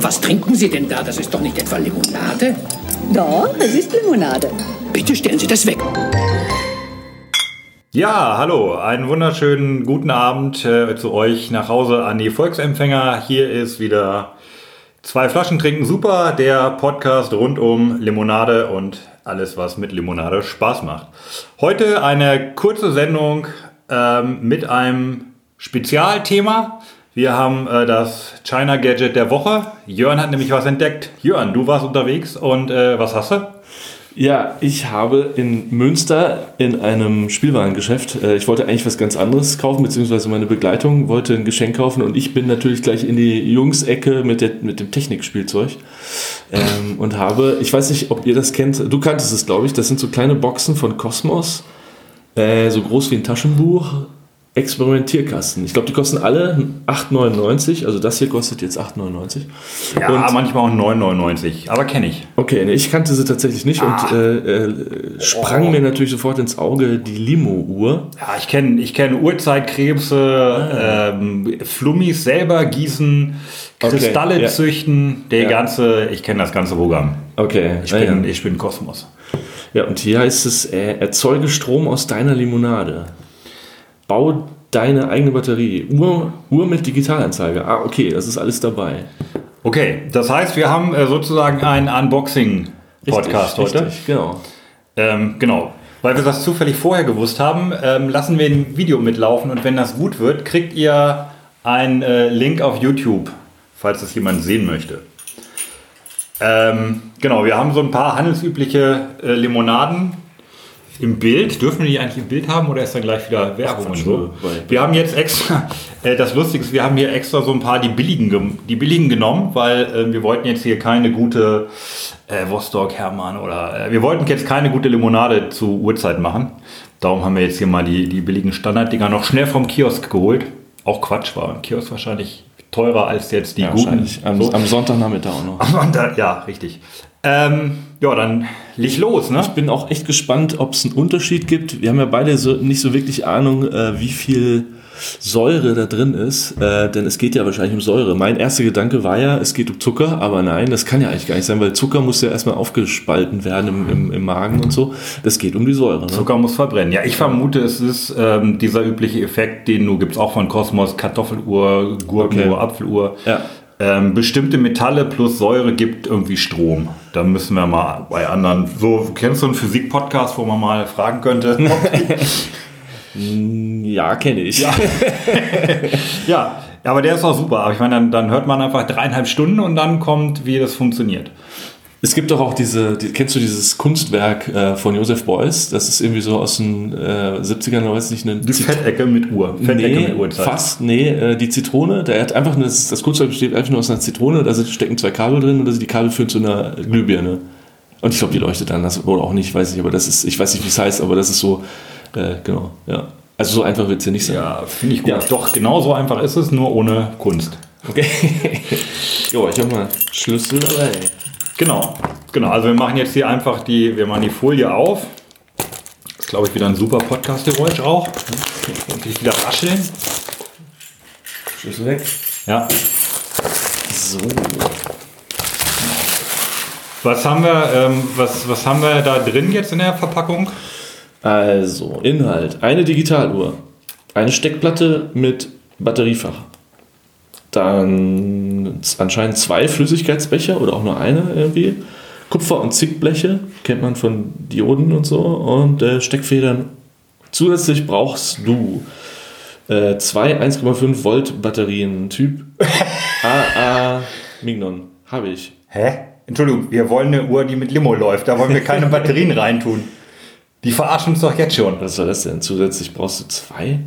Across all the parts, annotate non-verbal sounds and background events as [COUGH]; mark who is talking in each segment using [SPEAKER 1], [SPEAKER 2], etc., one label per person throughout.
[SPEAKER 1] Was trinken Sie denn da? Das ist doch nicht etwa Limonade?
[SPEAKER 2] Doch, es ist Limonade.
[SPEAKER 1] Bitte stellen Sie das weg.
[SPEAKER 3] Ja, hallo, einen wunderschönen guten Abend äh, zu euch nach Hause an die Volksempfänger. Hier ist wieder zwei Flaschen trinken super, der Podcast rund um Limonade und alles, was mit Limonade Spaß macht. Heute eine kurze Sendung ähm, mit einem Spezialthema. Wir haben äh, das China Gadget der Woche. Jörn hat nämlich was entdeckt. Jörn, du warst unterwegs und äh, was hast du?
[SPEAKER 4] Ja, ich habe in Münster in einem Spielwarengeschäft, äh, ich wollte eigentlich was ganz anderes kaufen, beziehungsweise meine Begleitung wollte ein Geschenk kaufen und ich bin natürlich gleich in die Jungsecke mit, der, mit dem Technikspielzeug ähm, und habe, ich weiß nicht, ob ihr das kennt, du kanntest es, glaube ich, das sind so kleine Boxen von Cosmos, äh, so groß wie ein Taschenbuch, Experimentierkasten. Ich glaube, die kosten alle 8,99, also das hier kostet jetzt 8,99.
[SPEAKER 3] Ja,
[SPEAKER 4] Und-
[SPEAKER 3] manchmal auch 9,99, aber kenne ich.
[SPEAKER 4] Okay, nee, ich kannte sie tatsächlich nicht und äh, äh, sprang mir natürlich sofort ins Auge die Limo-Uhr.
[SPEAKER 3] Ja, ich kenne ich kenn Urzeitkrebse, ähm, Flummis selber gießen,
[SPEAKER 4] Ah. Okay,
[SPEAKER 3] Kristalle
[SPEAKER 4] ja.
[SPEAKER 3] züchten, der
[SPEAKER 4] Ja.
[SPEAKER 3] ganze, ich kenne das ganze Programm.
[SPEAKER 4] Okay,
[SPEAKER 3] Ich
[SPEAKER 4] ja,
[SPEAKER 3] bin,
[SPEAKER 4] ja.
[SPEAKER 3] ich bin Kosmos.
[SPEAKER 4] ja, und hier heißt es, äh, erzeuge Strom aus deiner Limonade. Bau deine eigene Batterie. Uhr, Uhr mit Digitalanzeige. Ah, okay, das ist alles dabei.
[SPEAKER 3] Okay, das heißt, wir haben äh, sozusagen einen Unboxing-Podcast
[SPEAKER 4] Richtig,
[SPEAKER 3] heute.
[SPEAKER 4] Richtig, genau.
[SPEAKER 3] Ähm, genau. Weil wir das zufällig vorher gewusst haben, ähm, lassen wir ein Video mitlaufen und wenn das gut wird, kriegt ihr einen äh, Link auf YouTube, falls das jemand sehen möchte. Ähm, genau, wir haben so ein paar handelsübliche äh, Limonaden im Bild. Dürfen wir die eigentlich im Bild haben oder ist dann gleich wieder Werbung und so?
[SPEAKER 4] bei-
[SPEAKER 3] Wir haben jetzt extra, [LAUGHS] äh, das Lustige ist, wir haben hier extra so ein paar die billigen, gem- die billigen genommen, weil äh, wir wollten jetzt hier keine gute äh, Vostok, Hermann oder äh, wir wollten jetzt keine gute Limonade zu Uhrzeit machen. Darum haben wir jetzt hier mal die, die billigen Standarddinger noch schnell vom Kiosk geholt. Auch Quatsch war. im Kiosk wahrscheinlich teurer als jetzt die guten.
[SPEAKER 4] Wahrscheinlich. Am, am Sonntagnachmittag auch noch.
[SPEAKER 3] Und da, ja, richtig. Ähm, ja, dann leg los, ne?
[SPEAKER 4] Ich bin auch echt gespannt, ob es einen Unterschied gibt. Wir haben ja beide so, nicht so wirklich Ahnung, äh, wie viel Säure da drin ist, äh, denn es geht ja wahrscheinlich um Säure. Mein erster Gedanke war ja, es geht um Zucker, aber nein, das kann ja eigentlich gar nicht sein, weil Zucker muss ja erstmal aufgespalten werden im, im, im Magen und so. Das geht um die Säure. Ne?
[SPEAKER 3] Zucker muss verbrennen. Ja, ich vermute, es ist ähm, dieser übliche Effekt, den du gibt's auch von Kosmos, Kartoffeluhr, Gurkenuhr,
[SPEAKER 4] Okay.
[SPEAKER 3] Apfeluhr.
[SPEAKER 4] Ja.
[SPEAKER 3] Ähm, bestimmte Metalle plus Säure gibt irgendwie Strom. Da müssen wir mal bei anderen. So, kennst du einen Physik-Podcast, wo man mal fragen könnte?
[SPEAKER 4] [LAUGHS] Ja, kenne ich.
[SPEAKER 3] ja, aber der ist auch super. Aber ich meine, dann, dann hört man einfach dreieinhalb Stunden und dann kommt, wie das funktioniert.
[SPEAKER 4] [LAUGHS] Es gibt doch auch diese, die, kennst du dieses Kunstwerk äh, von Josef Beuys? Das ist irgendwie so aus den äh, 70ern, weiß nicht, eine
[SPEAKER 3] Die Fettecke mit Uhr. Fettecke
[SPEAKER 4] Nee,
[SPEAKER 3] mit Uhrzeit.
[SPEAKER 4] fast, nee, äh, die Zitrone, der hat einfach, eine, das Kunstzeug besteht einfach nur aus einer Zitrone, da sind- stecken zwei Kabel drin und da sind die Kabel führen zu einer Glühbirne. Und ich glaube, die leuchtet dann, das oder auch nicht, weiß nicht, aber das ist, ich weiß nicht, wie es heißt, aber das ist so, äh, genau, ja. Also so einfach wird es ja nicht sein.
[SPEAKER 3] Ja, finde ich gut.
[SPEAKER 4] Ja.
[SPEAKER 3] Doch, genau so einfach ist es, nur ohne Kunst.
[SPEAKER 4] Okay. [LAUGHS] jo, ich hab mal Schlüssel dabei.
[SPEAKER 3] Genau, genau. Also wir machen jetzt hier einfach die, wir machen die Folie auf. Ist, glaube ich, wieder ein super Podcast-Geräusch auch. Und sich wieder rascheln.
[SPEAKER 4] Schlüssel weg.
[SPEAKER 3] Ja.
[SPEAKER 4] So.
[SPEAKER 3] Was haben wir, ähm, was, was haben wir da drin jetzt in der Verpackung?
[SPEAKER 4] Also, Inhalt. Eine Digitaluhr. Eine Steckplatte mit Batteriefach. Dann z- anscheinend zwei Flüssigkeitsbecher oder auch nur eine irgendwie. Kupfer- und Zickbleche, kennt man von Dioden und so. Und äh, Steckfedern. Zusätzlich brauchst du äh, zwei 1,5 Volt Batterien Typ AA Mignon. Habe ich.
[SPEAKER 3] Hä? Entschuldigung, wir wollen eine Uhr, die mit Limo läuft. Da wollen wir [LAUGHS] keine Batterien reintun. Die verarschen uns doch jetzt schon.
[SPEAKER 4] Was soll das denn? Zusätzlich brauchst du zwei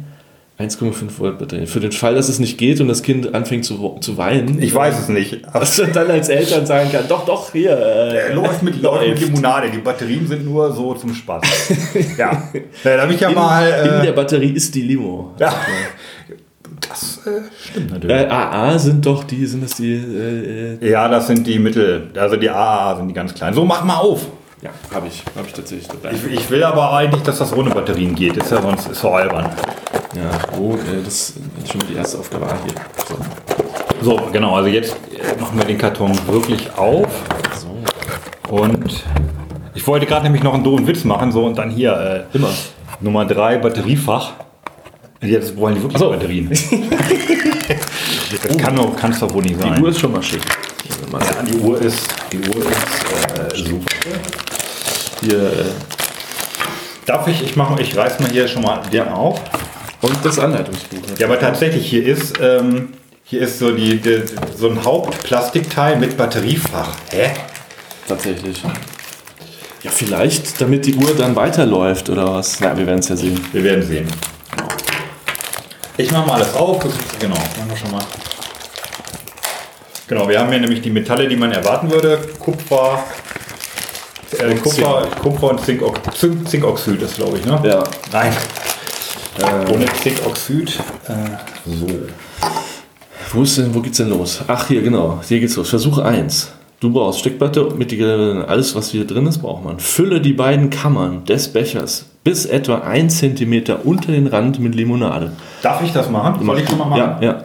[SPEAKER 4] 1,5 Volt Batterien. Für den Fall, dass es nicht geht und das Kind anfängt zu, wo- zu weinen.
[SPEAKER 3] Ich weiß es [LAUGHS] nicht. Aber
[SPEAKER 4] Was du dann als Eltern sagen kann, doch, doch, hier. Äh,
[SPEAKER 3] läuft mit, läuft mit Limonade. Die Batterien sind nur so zum Spaß. [LAUGHS] ja. Da habe ich ja
[SPEAKER 4] in,
[SPEAKER 3] mal.
[SPEAKER 4] in
[SPEAKER 3] Äh,
[SPEAKER 4] der Batterie ist die Limo.
[SPEAKER 3] ja. [LAUGHS] Das äh, stimmt natürlich.
[SPEAKER 4] Äh, AA sind doch die, sind das die. Äh, äh,
[SPEAKER 3] Ja, das sind die Mittel. Also die AAA sind die ganz kleinen. So, mach mal auf.
[SPEAKER 4] ja, habe ich. Habe ich tatsächlich dabei.
[SPEAKER 3] Ich, ich will aber eigentlich, dass das ohne Batterien geht. Ist ja sonst ist so albern.
[SPEAKER 4] Ja, oh, äh, das ist schon mal die erste Aufgabe Ah, hier. So.
[SPEAKER 3] So, genau, also jetzt äh, machen wir den Karton wirklich auf. Und ich wollte gerade nämlich noch einen doofen Witz machen, so und dann hier äh,
[SPEAKER 4] Immer.
[SPEAKER 3] Nummer 3 Batteriefach. Jetzt wollen die wirklich
[SPEAKER 4] Ach so. [LAUGHS]
[SPEAKER 3] Batterien. das kann doch, kann's doch wohl nicht sein.
[SPEAKER 4] Die Uhr ist schon mal schick.
[SPEAKER 3] ja, die Uhr ist, die Uhr ist äh, super.
[SPEAKER 4] Hier, äh,
[SPEAKER 3] Darf ich, ich mache, ich reiß mal hier schon mal den auf.
[SPEAKER 4] und das Anleitungsbuch. ne?
[SPEAKER 3] Ja, aber tatsächlich, hier ist, ähm, hier ist so, die, die, so ein Hauptplastikteil mit Batteriefach. Hä?
[SPEAKER 4] Tatsächlich. Ja, vielleicht, damit die Uhr dann weiterläuft oder was. Na, wir werden es ja sehen.
[SPEAKER 3] Wir werden sehen. Ich mache mal alles auf. Das ist, genau, machen wir schon mal. Genau, wir haben hier nämlich die Metalle, die man erwarten würde. Kupfer, äh,
[SPEAKER 4] Und
[SPEAKER 3] Kupfer, Kupfer und Zinkox Zink Zinkoxid ist, glaube ich, ne?
[SPEAKER 4] Ja. Ähm.
[SPEAKER 3] Nein. Ohne Zinkoxid. Äh, so.
[SPEAKER 4] Wo, ist denn, wo geht's denn los? Ach, hier, genau. Hier geht's los. Versuch 1. Du brauchst Steckplatte mit die, alles, was hier drin ist, braucht man. Fülle die beiden Kammern des Bechers bis etwa 1 cm unter den Rand mit Limonade.
[SPEAKER 3] Darf ich das machen? Soll ich schon mal machen?
[SPEAKER 4] Ja, ja.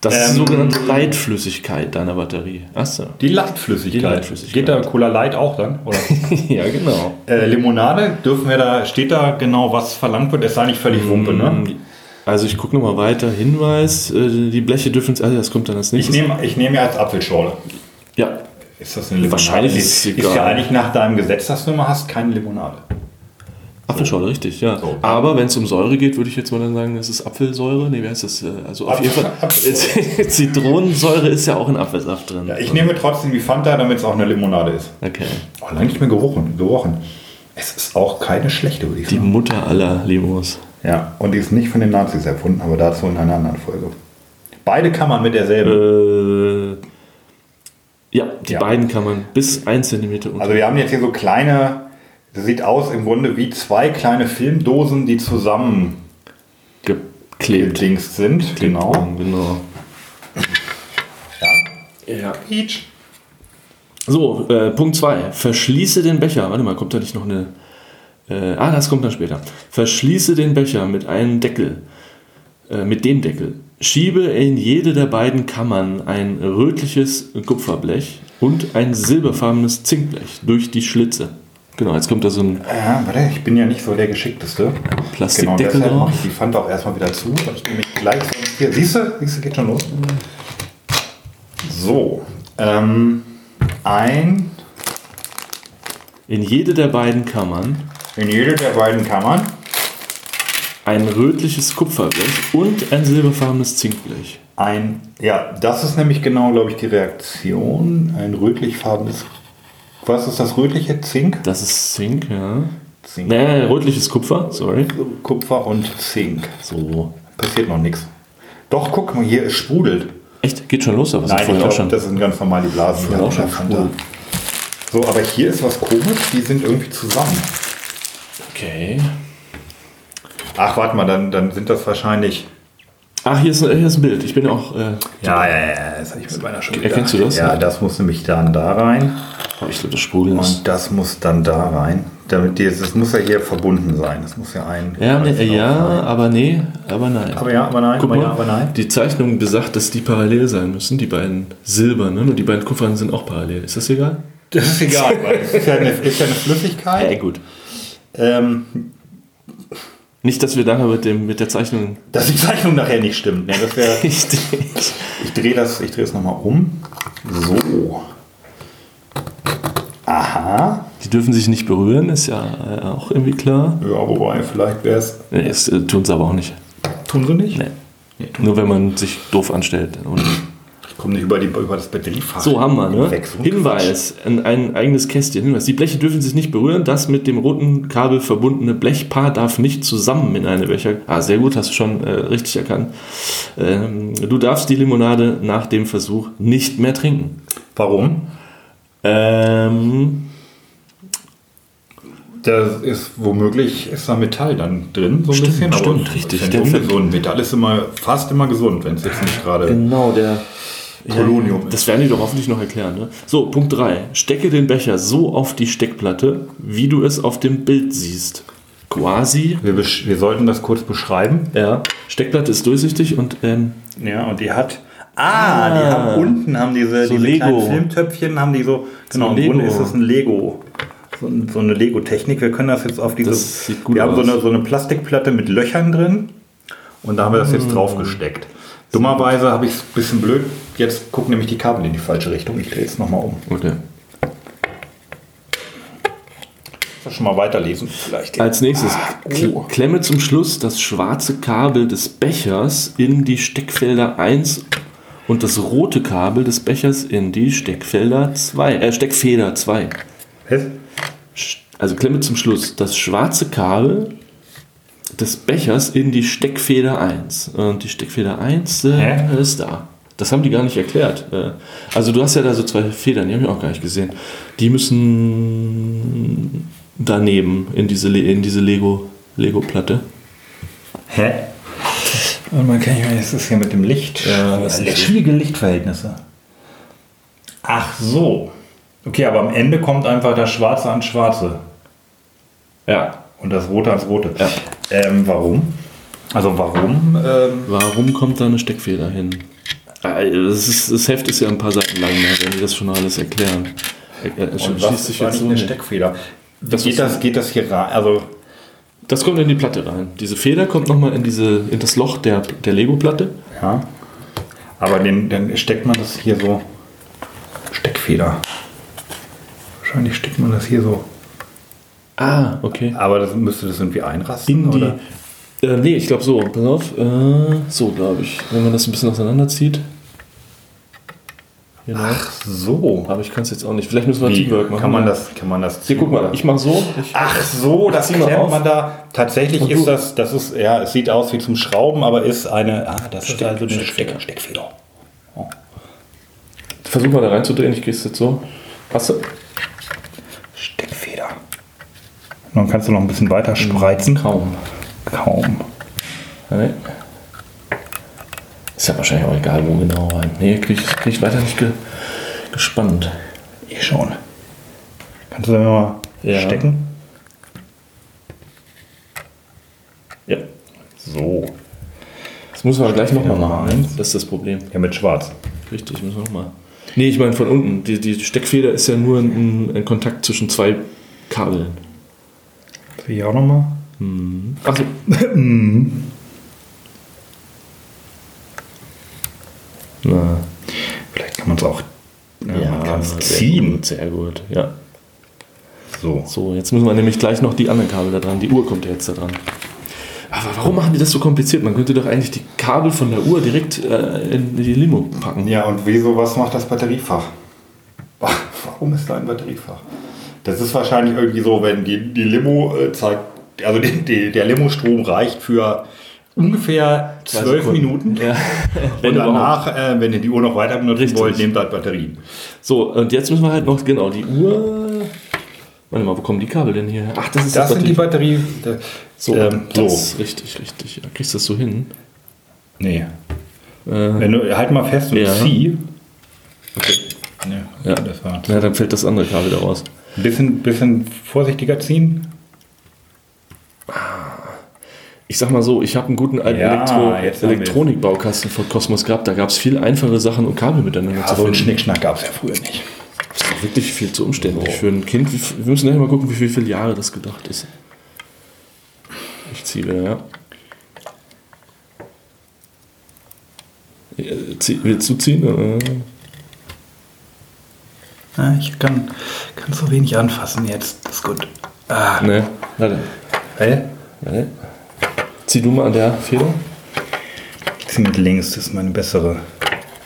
[SPEAKER 4] Das ist die
[SPEAKER 3] Ähm,
[SPEAKER 4] sogenannte Leitflüssigkeit deiner Batterie. Achso.
[SPEAKER 3] Die Leitflüssigkeit.
[SPEAKER 4] Die Leitflüssigkeit.
[SPEAKER 3] Geht da Cola Light auch dann? Oder?
[SPEAKER 4] [LAUGHS] ja, genau.
[SPEAKER 3] [LAUGHS] äh, Limonade, dürfen wir da, steht da genau, was verlangt wird? Es sei nicht völlig Wumpe, ne?
[SPEAKER 4] Also ich gucke nochmal weiter. Hinweis, äh, die Bleche dürfen... Also das kommt dann als
[SPEAKER 3] Ich
[SPEAKER 4] nächstes.
[SPEAKER 3] nehme ich nehm ja als Apfelschorle.
[SPEAKER 4] ja,
[SPEAKER 3] Ist das eine Limonade?
[SPEAKER 4] Wahrscheinlich
[SPEAKER 3] Nee,
[SPEAKER 4] ist es
[SPEAKER 3] ist,
[SPEAKER 4] egal.
[SPEAKER 3] ja eigentlich nach deinem Gesetz, das du immer hast, keine Limonade.
[SPEAKER 4] Apfelschorle, richtig, ja.
[SPEAKER 3] So.
[SPEAKER 4] Aber wenn es um Säure geht, würde ich jetzt mal dann sagen, das ist Apfelsäure. Nee, wie heißt das? Äh, Also auf
[SPEAKER 3] Apfel-
[SPEAKER 4] jeden Fall.
[SPEAKER 3] Apfelsäure.
[SPEAKER 4] [LAUGHS] Zitronensäure ist ja auch in Apfelsaft drin.
[SPEAKER 3] Ja, ich nehme trotzdem die Fanta, damit es auch eine Limonade ist.
[SPEAKER 4] Okay.
[SPEAKER 3] Oh, lange nicht mehr gerochen, gerochen. Es ist auch keine schlechte, würde ich
[SPEAKER 4] Die
[SPEAKER 3] sagen.
[SPEAKER 4] Mutter aller Limos.
[SPEAKER 3] Ja, und die ist nicht von den Nazis erfunden, aber dazu in einer anderen Folge. Beide kann man mit derselben.
[SPEAKER 4] Äh, ja, die
[SPEAKER 3] Ja.
[SPEAKER 4] beiden kann man bis 1 cm unter.
[SPEAKER 3] Also wir haben jetzt hier so kleine, das sieht aus im Grunde wie zwei kleine Filmdosen, die zusammen
[SPEAKER 4] geklebt.
[SPEAKER 3] Dings sind. Genau.
[SPEAKER 4] genau.
[SPEAKER 3] Ja.
[SPEAKER 4] Ja.
[SPEAKER 3] Peach.
[SPEAKER 4] So, äh, Punkt 2. Verschließe den Becher. Warte mal, kommt da nicht noch eine. Äh, ah, das kommt dann später. Verschließe den Becher mit einem Deckel. Äh, mit dem Deckel. Schiebe in jede der beiden Kammern ein rötliches Kupferblech und ein silberfarbenes Zinkblech durch die Schlitze. Genau, jetzt kommt da so ein.
[SPEAKER 3] Ja, Äh, warte, ich bin ja nicht so der Geschickteste. Genau,
[SPEAKER 4] Plastikdeckel
[SPEAKER 3] deshalb
[SPEAKER 4] drauf.
[SPEAKER 3] mache ich die Pfand auch erstmal wieder zu. Und ich nehme mich gleich sonst hier. Siehst du? Siehst du, geht schon los. So. Ähm, ein
[SPEAKER 4] In jede der beiden Kammern
[SPEAKER 3] in jede der beiden Kammern.
[SPEAKER 4] ein rötliches Kupferblech und ein silberfarbenes Zinkblech.
[SPEAKER 3] Ein, ja, das ist nämlich genau, glaube ich, die Reaktion. Ein rötlichfarbenes. Was ist das rötliche? Zink?
[SPEAKER 4] Das ist Zink, ja.
[SPEAKER 3] Zink.
[SPEAKER 4] Naja, rötliches Kupfer, sorry.
[SPEAKER 3] Kupfer und Zink.
[SPEAKER 4] So.
[SPEAKER 3] Passiert noch nichts. Doch, guck mal, hier, es sprudelt.
[SPEAKER 4] Echt? Geht schon los, aber
[SPEAKER 3] Nein, ich
[SPEAKER 4] vorher auch
[SPEAKER 3] glaube,
[SPEAKER 4] schon.
[SPEAKER 3] das sind ganz normal die Blasen.
[SPEAKER 4] Vorher auch
[SPEAKER 3] Ja,
[SPEAKER 4] schon
[SPEAKER 3] Fanta.
[SPEAKER 4] cool.
[SPEAKER 3] So, aber hier ist was komisch, die sind irgendwie zusammen.
[SPEAKER 4] Okay.
[SPEAKER 3] Ach, warte mal, dann, dann sind das wahrscheinlich.
[SPEAKER 4] Ach, hier ist, ein- hier ist ein Bild. Ich bin ja auch. Äh,
[SPEAKER 3] Ja, ja, ja, das habe ich mit meiner Schule.
[SPEAKER 4] Erkennst du das?
[SPEAKER 3] Ja, das muss nämlich dann da rein
[SPEAKER 4] oh, ich glaube, das Sprudel ist.
[SPEAKER 3] und das muss dann da rein. Damit die, das muss ja hier verbunden sein. Das muss ja ein.
[SPEAKER 4] Ja, nee, äh, ja,
[SPEAKER 3] Nein.
[SPEAKER 4] aber nee, aber nein.
[SPEAKER 3] Aber ja, aber nein,
[SPEAKER 4] Guck
[SPEAKER 3] aber
[SPEAKER 4] mal,
[SPEAKER 3] ja, aber nein.
[SPEAKER 4] Die Zeichnung besagt, dass die parallel sein müssen, die beiden silbernen und die beiden kupfernen sind auch parallel. Ist das egal?
[SPEAKER 3] Das ist egal, weil es ist ja eine, ist ja eh, eine Flüssigkeit.
[SPEAKER 4] gut.
[SPEAKER 3] Ähm,
[SPEAKER 4] Nicht, dass wir nachher mit, dem, mit der Zeichnung. [LAUGHS]
[SPEAKER 3] dass die Zeichnung nachher nicht stimmt. Ne? Das wäre
[SPEAKER 4] Richtig.
[SPEAKER 3] Ich drehe das, ich drehe es nochmal um. So. Aha.
[SPEAKER 4] Die dürfen sich nicht berühren, ist ja äh, auch irgendwie klar.
[SPEAKER 3] Ja, wobei, vielleicht wäre es.
[SPEAKER 4] Nee, es äh, tun sie aber auch nicht.
[SPEAKER 3] Tun sie nicht?
[SPEAKER 4] Nee. Nur wenn man sich doof anstellt. Und
[SPEAKER 3] Ich komme nicht über, die, über das Batteriefach.
[SPEAKER 4] So haben wir, ne?
[SPEAKER 3] hinweg. So ein
[SPEAKER 4] Hinweis, ein, ein eigenes Kästchen. Hinweis. Die Bleche dürfen sich nicht berühren. Das mit dem roten Kabel verbundene Blechpaar darf nicht zusammen in eine Becher. Ah, sehr gut, hast du schon äh, richtig erkannt. Ähm, du darfst die Limonade nach dem Versuch nicht mehr trinken.
[SPEAKER 3] Quatsch. Warum?
[SPEAKER 4] Ähm,
[SPEAKER 3] Das ist womöglich ist da Metall dann drin, so ein
[SPEAKER 4] Stimmt,
[SPEAKER 3] bisschen.
[SPEAKER 4] stimmt,
[SPEAKER 3] ist
[SPEAKER 4] richtig.
[SPEAKER 3] ja nicht
[SPEAKER 4] Der
[SPEAKER 3] ungesund. Metall ist immer fast immer gesund, wenn es jetzt nicht gerade
[SPEAKER 4] genau, der.
[SPEAKER 3] Polonium ist.
[SPEAKER 4] Das werden die doch hoffentlich noch erklären. Ne? So, Punkt 3. Stecke den Becher so auf die Steckplatte, wie du es auf dem Bild siehst. quasi.
[SPEAKER 3] Wir, besch- wir sollten das kurz beschreiben.
[SPEAKER 4] Ja. Steckplatte ist durchsichtig und ähm,
[SPEAKER 3] Ja, und die hat. Ah, die haben unten haben diese,
[SPEAKER 4] So
[SPEAKER 3] diese kleinen
[SPEAKER 4] Lego.
[SPEAKER 3] Filmtöpfchen, haben die so. Genau, im
[SPEAKER 4] Lego.
[SPEAKER 3] Grunde ist es ein Lego. So, ein- so eine Lego-Technik. Wir können das jetzt auf dieses.
[SPEAKER 4] Das sieht gut
[SPEAKER 3] wir haben so
[SPEAKER 4] aus.
[SPEAKER 3] eine, so eine Plastikplatte mit Löchern drin. Und da haben wir das
[SPEAKER 4] Hm.
[SPEAKER 3] jetzt draufgesteckt. Dummerweise habe ich es ein bisschen blöd. Jetzt gucken nämlich die Kabel in die falsche Richtung. Ich drehe es nochmal um.
[SPEAKER 4] okay.
[SPEAKER 3] Muss ich schon mal weiterlesen vielleicht.
[SPEAKER 4] Als nächstes kl- klemme zum Schluss das schwarze Kabel des Bechers in die Steckfelder 1 und das rote Kabel des Bechers in die Steckfelder 2, äh, Steckfeder 2.
[SPEAKER 3] Hä?
[SPEAKER 4] Sch- Also klemme zum Schluss das schwarze Kabel des Bechers in die Steckfeder 1. Und die Steckfeder 1
[SPEAKER 3] Hä?
[SPEAKER 4] äh, ist da. Das haben die gar nicht erklärt. Äh, Also du hast ja da so zwei Federn, die habe ich auch gar nicht gesehen. Die müssen daneben in diese, Le- in diese Lego, Lego-Platte.
[SPEAKER 3] Hä? Und man kann ja, es ist hier mit dem Licht. äh,
[SPEAKER 4] Ja, das ist-
[SPEAKER 3] schwierige Lichtverhältnisse. Ach so. Okay, aber am Ende kommt einfach das Schwarze ans Schwarze
[SPEAKER 4] ja.
[SPEAKER 3] und das Rote ans Rote.
[SPEAKER 4] Ja.
[SPEAKER 3] Ähm, warum? Also warum? Ähm,
[SPEAKER 4] Warum kommt da eine Steckfeder hin? Äh, Das, ist, das Heft ist ja ein paar Seiten lang, ne, wenn die das schon alles erklären. Äh, Er- er-
[SPEAKER 3] und
[SPEAKER 4] schließt
[SPEAKER 3] was
[SPEAKER 4] sich
[SPEAKER 3] ist
[SPEAKER 4] jetzt
[SPEAKER 3] jetzt
[SPEAKER 4] so
[SPEAKER 3] eine
[SPEAKER 4] nicht.
[SPEAKER 3] Steckfeder? Wie
[SPEAKER 4] Das
[SPEAKER 3] geht,
[SPEAKER 4] ist-
[SPEAKER 3] das, geht das hier rein? Also,
[SPEAKER 4] Das kommt in die Platte rein. Diese Feder kommt nochmal in, diese, in das Loch der, der Lego-Platte.
[SPEAKER 3] ja. Aber den, dann steckt man das hier so. Steckfeder. Wahrscheinlich steckt man das hier so.
[SPEAKER 4] Ah, okay.
[SPEAKER 3] Aber das müsste das irgendwie einrasten,
[SPEAKER 4] In
[SPEAKER 3] oder?
[SPEAKER 4] die. Äh, nee, ich glaube so. Pass auf. Äh, so, glaube ich. Wenn man das ein bisschen auseinanderzieht. Genau.
[SPEAKER 3] Ach so.
[SPEAKER 4] Aber ich kann es jetzt auch nicht. Vielleicht müssen wir
[SPEAKER 3] Wie
[SPEAKER 4] Teamwork machen. ne?
[SPEAKER 3] kann man das? Kann man das?
[SPEAKER 4] Hier, guck mal,
[SPEAKER 3] ziehen?
[SPEAKER 4] ich mache so. Ich,
[SPEAKER 3] Ach so, das
[SPEAKER 4] zieh mal
[SPEAKER 3] klemmt
[SPEAKER 4] auf.
[SPEAKER 3] man da. Tatsächlich
[SPEAKER 4] Und
[SPEAKER 3] ist
[SPEAKER 4] du-
[SPEAKER 3] das, das ist, ja, es sieht aus wie zum Schrauben, aber ist eine, ah, das ist also eine Steck,
[SPEAKER 4] Steckfeder.
[SPEAKER 3] Steckfeder.
[SPEAKER 4] versuch mal da reinzudrehen. Ich gehe es jetzt so. Hast du?
[SPEAKER 3] Steckfeder. Hm, Dann kannst du noch ein bisschen weiter spreizen.
[SPEAKER 4] Kaum.
[SPEAKER 3] Kaum.
[SPEAKER 4] Nee. Ist ja wahrscheinlich auch egal, wo genau rein. Nee, krieg ich, krieg ich weiter nicht ge, gespannt.
[SPEAKER 3] Ich Eh, schon. Kannst du da mal
[SPEAKER 4] Ja.
[SPEAKER 3] stecken?
[SPEAKER 4] Ja.
[SPEAKER 3] So.
[SPEAKER 4] Das müssen wir gleich nochmal
[SPEAKER 3] Nummer
[SPEAKER 4] machen. ne?
[SPEAKER 3] eins.
[SPEAKER 4] Das ist das Problem.
[SPEAKER 3] Ja, mit schwarz.
[SPEAKER 4] Richtig, müssen wir nochmal. Nee, ich meine von unten. Die, die Steckfeder ist ja nur ein, ein Kontakt zwischen zwei Kabeln.
[SPEAKER 3] Sehe ich auch nochmal.
[SPEAKER 4] Achso.
[SPEAKER 3] [LAUGHS]
[SPEAKER 4] Mhm. Na,
[SPEAKER 3] Vielleicht kann man es auch. Ja, man kann es
[SPEAKER 4] sehr
[SPEAKER 3] ziehen.
[SPEAKER 4] Gut, sehr gut, ja.
[SPEAKER 3] So.
[SPEAKER 4] So, jetzt müssen wir nämlich gleich noch die anderen Kabel da dran. Die Uhr kommt ja jetzt da dran. Aber warum machen die das so kompliziert? Man könnte doch eigentlich die Kabel von der Uhr direkt äh, in die Limo packen.
[SPEAKER 3] Ja, und wieso, was macht das Batteriefach? Ach, Warum ist da ein Batteriefach? Das ist wahrscheinlich irgendwie so, wenn die, die Limo äh, zeigt, also die, die, der Limo-Strom reicht für ungefähr zwölf
[SPEAKER 4] Sekunden.
[SPEAKER 3] Minuten.
[SPEAKER 4] Ja.
[SPEAKER 3] und
[SPEAKER 4] überhaupt.
[SPEAKER 3] danach, äh, wenn ihr die Uhr noch weiter benutzen
[SPEAKER 4] Richtig.
[SPEAKER 3] wollt, nehmt halt Batterien.
[SPEAKER 4] So, und jetzt müssen wir halt noch, genau, die Uhr. Warte mal, wo kommen die Kabel denn hier? her? Ach, das ist Batterie-
[SPEAKER 3] Batterien.
[SPEAKER 4] So,
[SPEAKER 3] So, ähm,
[SPEAKER 4] das
[SPEAKER 3] so.
[SPEAKER 4] ist richtig, richtig. Ja, kriegst du das so hin?
[SPEAKER 3] Nee.
[SPEAKER 4] Äh,
[SPEAKER 3] Wenn du, halt mal fest und
[SPEAKER 4] Ja.
[SPEAKER 3] zieh.
[SPEAKER 4] okay.
[SPEAKER 3] Nee, okay,
[SPEAKER 4] ja.
[SPEAKER 3] das war's.
[SPEAKER 4] ja, dann fällt das andere Kabel da raus.
[SPEAKER 3] Ein bisschen, bisschen vorsichtiger ziehen.
[SPEAKER 4] Ich sag mal so, ich habe einen guten alten
[SPEAKER 3] Ja,
[SPEAKER 4] Elektro
[SPEAKER 3] jetzt haben wir's.
[SPEAKER 4] Elektronikbaukasten von Cosmos gehabt. Da gab es viel einfache Sachen, um Kabel miteinander zu
[SPEAKER 3] Also einen
[SPEAKER 4] verbinden.
[SPEAKER 3] Schnickschnack gab es ja früher nicht.
[SPEAKER 4] Das ist doch wirklich viel zu umständlich für ein Kind. Wie f- Wir müssen nachher mal gucken, wie viel- viele Jahre das gedacht ist. Ich ziehe wieder, ja. ja zieh, willst du ziehen? Äh,
[SPEAKER 5] Ja, ich kann, kann so wenig anfassen jetzt. Ist gut. Ah,
[SPEAKER 4] Ne, warte.
[SPEAKER 3] Hä?
[SPEAKER 4] warte. Zieh du mal an der Feder.
[SPEAKER 3] Ich zieh mit links, das ist meine bessere.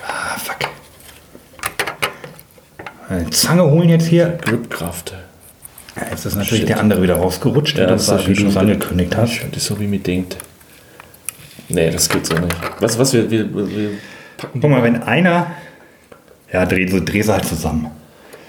[SPEAKER 3] Ah, fuck. Eine Zange holen jetzt hier.
[SPEAKER 4] Gripkraft.
[SPEAKER 3] Ja, jetzt ist natürlich der andere wieder rausgerutscht,
[SPEAKER 4] Ja,
[SPEAKER 3] und
[SPEAKER 4] das
[SPEAKER 3] das war,
[SPEAKER 4] ist
[SPEAKER 3] wie
[SPEAKER 4] schon
[SPEAKER 3] du es
[SPEAKER 4] wieder-
[SPEAKER 3] angekündigt hast.
[SPEAKER 4] Das ist so wie mir denkt. Nee, das geht so nicht. Was, was, wir, wir, wir packen
[SPEAKER 3] Guck mal, wenn einer. Ja, dreh, so, dreh sie halt zusammen.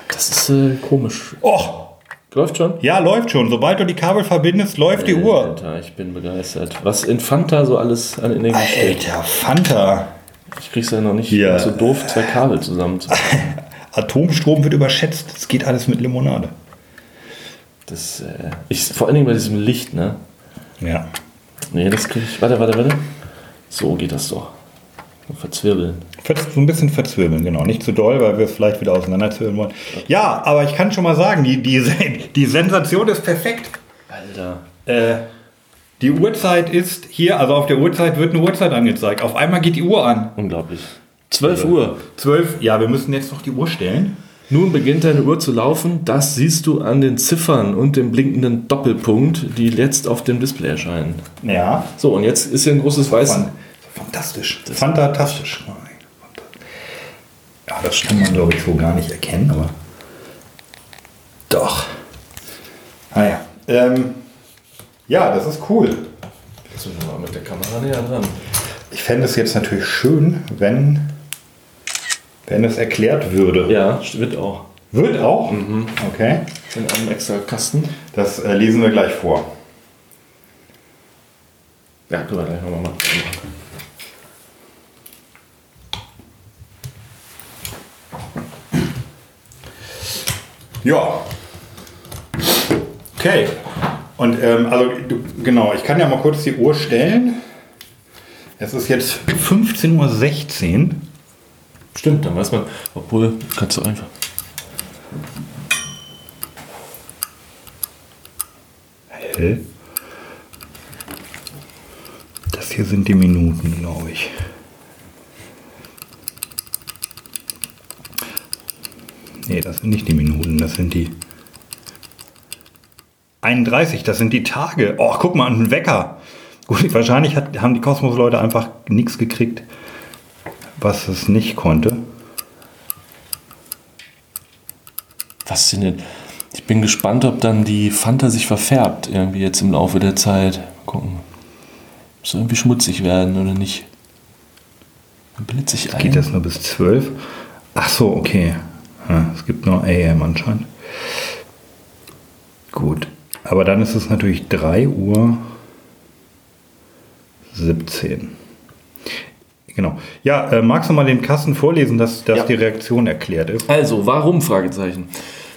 [SPEAKER 4] Das ist äh, komisch.
[SPEAKER 3] Och!
[SPEAKER 4] Läuft schon?
[SPEAKER 3] Ja, läuft schon. Sobald du die Kabel verbindest, läuft die Uhr.
[SPEAKER 4] Alter, ich bin begeistert. Was in Fanta so alles an Energie steht.
[SPEAKER 3] Alter, Fanta. [LAUGHS]
[SPEAKER 4] Ich krieg's ja noch nicht
[SPEAKER 3] Ja.
[SPEAKER 4] so doof, zwei Kabel zusammenzupacken.
[SPEAKER 3] Atomstrom wird überschätzt. Es geht alles mit Limonade.
[SPEAKER 4] Das, äh, ich, vor allen Dingen bei diesem Licht, ne?
[SPEAKER 3] Ja.
[SPEAKER 4] Nee, das kriege ich. Warte, warte, warte. So geht das doch. Verzwirbeln.
[SPEAKER 3] Verz- So ein bisschen verzwirbeln, genau. Nicht zu doll, weil wir es vielleicht wieder auseinanderzwirbeln wollen. Ja, aber ich kann schon mal sagen, die, die, die [LAUGHS] Sensation ist perfekt.
[SPEAKER 4] Alter.
[SPEAKER 3] Äh, die Uhrzeit ist hier, also auf der Uhrzeit wird eine Uhrzeit angezeigt. Auf einmal geht die Uhr an.
[SPEAKER 4] Unglaublich. 12 Uhr.
[SPEAKER 3] 12, ja, wir müssen jetzt noch die Uhr stellen.
[SPEAKER 4] Nun beginnt deine Uhr zu laufen. Das siehst du an den Ziffern und dem blinkenden Doppelpunkt, die jetzt auf dem Display erscheinen.
[SPEAKER 3] Ja.
[SPEAKER 4] So, und jetzt ist hier ein großes Weiß.
[SPEAKER 3] Fantastisch. Fantastisch. Ja, das kann man, glaube ich, so gar nicht erkennen, aber. Doch. Naja. Ähm, ja, das ist cool.
[SPEAKER 4] Jetzt müssen wir mal mit der Kamera näher dran.
[SPEAKER 3] Ich fände es jetzt natürlich schön, wenn, wenn es erklärt würde.
[SPEAKER 4] Ja, wird auch.
[SPEAKER 3] Wird auch? Okay.
[SPEAKER 4] In einem extra Kasten.
[SPEAKER 3] Das äh, lesen wir gleich vor.
[SPEAKER 4] Ja, können wir gleich nochmal machen.
[SPEAKER 3] Ja. Okay. Und ähm, also du, genau, ich kann ja mal kurz die Uhr stellen. Es ist jetzt 15.16 Uhr.
[SPEAKER 4] Stimmt, dann weiß man. Obwohl, kannst du einfach.
[SPEAKER 3] Hell. Das hier sind die Minuten, glaube ich. Nee, das sind nicht die Minuten, das sind die 31, das sind die Tage. Oh, guck mal, ein Wecker. Gut, wahrscheinlich hat, haben die Kosmos-Leute einfach nichts gekriegt, was es nicht konnte.
[SPEAKER 4] Faszinierend. Ich bin gespannt, ob dann die Fanta sich verfärbt, irgendwie jetzt im Laufe der Zeit. Mal gucken. Muss irgendwie schmutzig werden oder nicht? Dann bildet sich ein.
[SPEAKER 3] Geht das nur bis 12? Ach so, okay. Ja, es gibt nur AM anscheinend. Gut. Aber dann ist es natürlich 3 Uhr 17. Genau. Ja, äh, magst du mal den Kasten vorlesen, dass, dass
[SPEAKER 4] Ja.
[SPEAKER 3] die Reaktion erklärt ist?
[SPEAKER 4] Also, warum? Fragezeichen.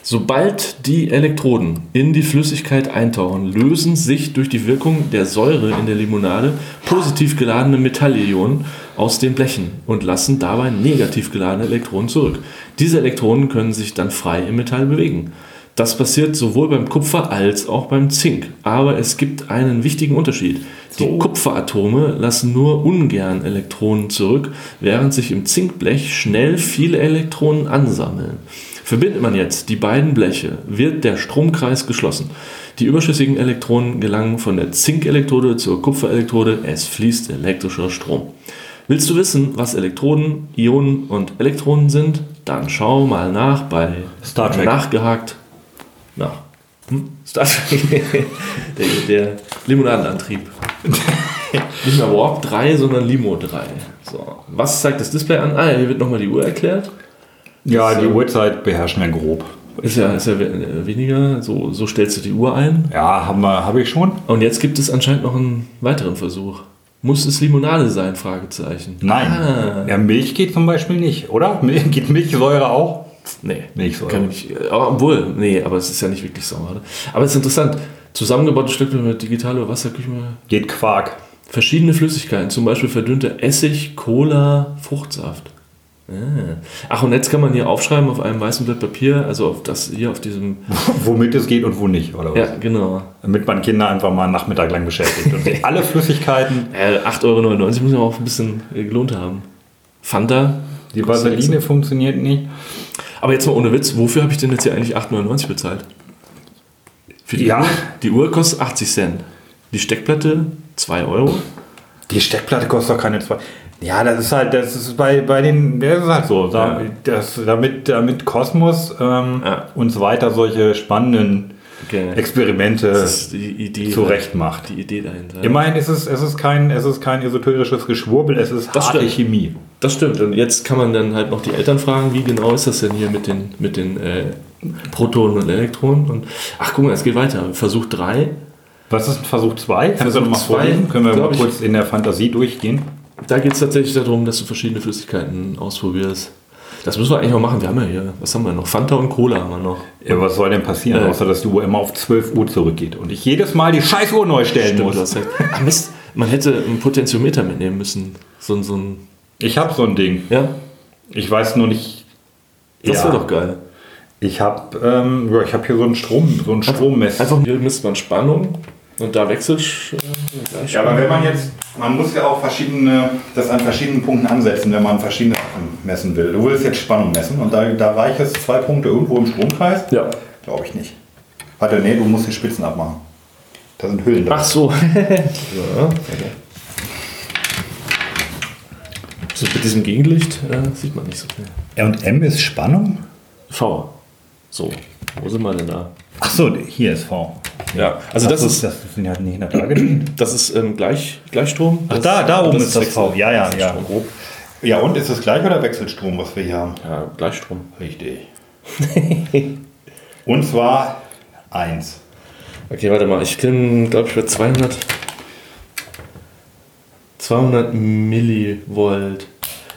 [SPEAKER 4] Sobald die Elektroden in die Flüssigkeit eintauchen, lösen sich durch die Wirkung der Säure in der Limonade positiv geladene Metallionen aus den Blechen und lassen dabei negativ geladene Elektronen zurück. Diese Elektronen können sich dann frei im Metall bewegen. Das passiert sowohl beim Kupfer als auch beim Zink. Aber es gibt einen wichtigen Unterschied. Die Kupferatome lassen nur ungern Elektronen zurück, während sich im Zinkblech schnell viele Elektronen ansammeln. Verbindet man jetzt die beiden Bleche, wird der Stromkreis geschlossen. Die überschüssigen Elektronen gelangen von der Zinkelektrode zur Kupferelektrode. Es fließt elektrischer Strom. Willst du wissen, was Elektroden, Ionen und Elektronen sind? Dann schau mal nach bei
[SPEAKER 3] Star Trek.
[SPEAKER 4] Nachgehakt nach. Hm? Star Trek. [LAUGHS] der, der Limonadenantrieb. Nicht mehr Warp 3, sondern Limo 3. So. Was zeigt das Display an? Ah, ja, hier wird nochmal die Uhr erklärt.
[SPEAKER 3] Ja, die Uhrzeit beherrschen wir grob.
[SPEAKER 4] Ist ja, ist ja we- äh, weniger, so, so stellst du die Uhr ein.
[SPEAKER 3] Ja, habe hab ich schon.
[SPEAKER 4] Und jetzt gibt es anscheinend noch einen weiteren Versuch. Muss es Limonade sein? Fragezeichen.
[SPEAKER 3] Nein. Ja, Milch geht zum Beispiel nicht, oder? Mil- Geht Milchsäure auch?
[SPEAKER 4] Nee.
[SPEAKER 3] Milchsäure.
[SPEAKER 4] Kann ich, äh, obwohl, nee, aber es ist ja nicht wirklich sauer. Oder? Aber es ist interessant. Zusammengebaute Stücke mit digitaler Wasserküche.
[SPEAKER 3] Geht Quark.
[SPEAKER 4] Verschiedene Flüssigkeiten, zum Beispiel verdünnter Essig, Cola, Fruchtsaft. Ah. Ach, und jetzt kann man hier aufschreiben auf einem weißen Blatt Papier, also auf das hier auf
[SPEAKER 3] [LAUGHS]
[SPEAKER 4] diesem.
[SPEAKER 3] Womit es geht und wo nicht, oder was?
[SPEAKER 4] Ja, genau.
[SPEAKER 3] Damit man Kinder einfach mal einen Nachmittag lang beschäftigt. Und
[SPEAKER 4] [LAUGHS]
[SPEAKER 3] sie alle Flüssigkeiten,
[SPEAKER 4] Äh, 8,99 Euro muss ja auch ein bisschen äh, gelohnt haben. Fanta.
[SPEAKER 3] die
[SPEAKER 4] kostet
[SPEAKER 3] Vaseline funktioniert nicht.
[SPEAKER 4] nichts. Aber jetzt mal ohne Witz, wofür habe ich denn jetzt hier eigentlich 8,99 bezahlt? Für die
[SPEAKER 3] Ja.
[SPEAKER 4] Uhr? Die Uhr kostet 80 Cent. Die Steckplatte 2 Euro.
[SPEAKER 3] Die Steckplatte kostet doch keine zwei. Ja, das ist halt, das ist bei, bei den, das ist halt so. Da,
[SPEAKER 4] Ja.
[SPEAKER 3] das, damit, damit Kosmos ähm,
[SPEAKER 4] Ja.
[SPEAKER 3] uns weiter solche spannenden
[SPEAKER 4] Okay.
[SPEAKER 3] Experimente
[SPEAKER 4] Das ist äh, die Idee.
[SPEAKER 3] zurecht Äh, macht.
[SPEAKER 4] Die Idee dahinter.
[SPEAKER 3] Immerhin ist es, es ist kein, es ist kein esoterisches Geschwurbel, es ist
[SPEAKER 4] Das
[SPEAKER 3] harte
[SPEAKER 4] stimmt.
[SPEAKER 3] Chemie.
[SPEAKER 4] Das stimmt. Und jetzt kann man dann halt noch die Eltern fragen, wie genau ist das denn hier mit den, mit den äh, Protonen und Elektronen? Und, ach, guck mal, es geht weiter. Versuch 3.
[SPEAKER 3] Was ist Versuch 2? Kannst du
[SPEAKER 4] Versuch
[SPEAKER 3] noch mal
[SPEAKER 4] zwei,
[SPEAKER 3] vorlesen? Können wir
[SPEAKER 4] glaub
[SPEAKER 3] mal
[SPEAKER 4] ich.
[SPEAKER 3] kurz in der Fantasie durchgehen?
[SPEAKER 4] Da geht es tatsächlich darum, dass du verschiedene Flüssigkeiten ausprobierst. Das müssen wir eigentlich noch machen. Wir haben ja hier, was haben wir noch? Fanta und Cola haben wir noch.
[SPEAKER 3] Ja, was soll denn passieren,
[SPEAKER 4] Äh.
[SPEAKER 3] außer dass die Uhr immer auf 12 Uhr zurückgeht und ich jedes Mal die scheiß Uhr neu stellen
[SPEAKER 4] Stimmt, du
[SPEAKER 3] muss?
[SPEAKER 4] hast recht. Ah, Mist, man hätte ein Potentiometer mitnehmen müssen. So ein, so ein,
[SPEAKER 3] Ich hab so ein Ding.
[SPEAKER 4] ja,
[SPEAKER 3] Ich weiß nur nicht.
[SPEAKER 4] das
[SPEAKER 3] Ja.
[SPEAKER 4] wäre doch geil.
[SPEAKER 3] Ich hab, ähm, ja, ich hab hier so einen Strom, so einen Strommess.
[SPEAKER 4] Einfach hier misst man Spannung und da wechselt. sch- äh, gleich.
[SPEAKER 3] Ja, aber wenn man jetzt, man muss ja auch verschiedene, das an verschiedenen Punkten ansetzen, wenn man verschiedene Sachen messen will. Du willst jetzt Spannung messen und da, da war ich jetzt zwei Punkte irgendwo im Stromkreis?
[SPEAKER 4] Ja.
[SPEAKER 3] Glaube ich nicht. Warte, nee, du musst die Spitzen abmachen. Da sind Hüllen drin.
[SPEAKER 4] Ach so. ja, okay. so. Mit diesem Gegenlicht äh, sieht man nicht so viel.
[SPEAKER 3] Und M ist Spannung?
[SPEAKER 4] V. So, wo sind wir denn da?
[SPEAKER 3] Ach so, hier ist V.
[SPEAKER 4] Ja, also das ist,
[SPEAKER 3] das sind halt nicht in der Tage.
[SPEAKER 4] das ist ähm, gleich, Gleichstrom.
[SPEAKER 3] Ach,
[SPEAKER 4] Das-
[SPEAKER 3] da, da oben ist das
[SPEAKER 4] Wechsel-
[SPEAKER 3] V. Ja, ja, ja,
[SPEAKER 4] Wechselstrom.
[SPEAKER 3] grob. Ja, und ist das gleich oder Wechselstrom, was wir hier haben?
[SPEAKER 4] Ja, Gleichstrom.
[SPEAKER 3] [LAUGHS] Richtig. und zwar 1.
[SPEAKER 4] Okay, warte mal. Ich kenne, glaube ich, bei 200, 200 Millivolt.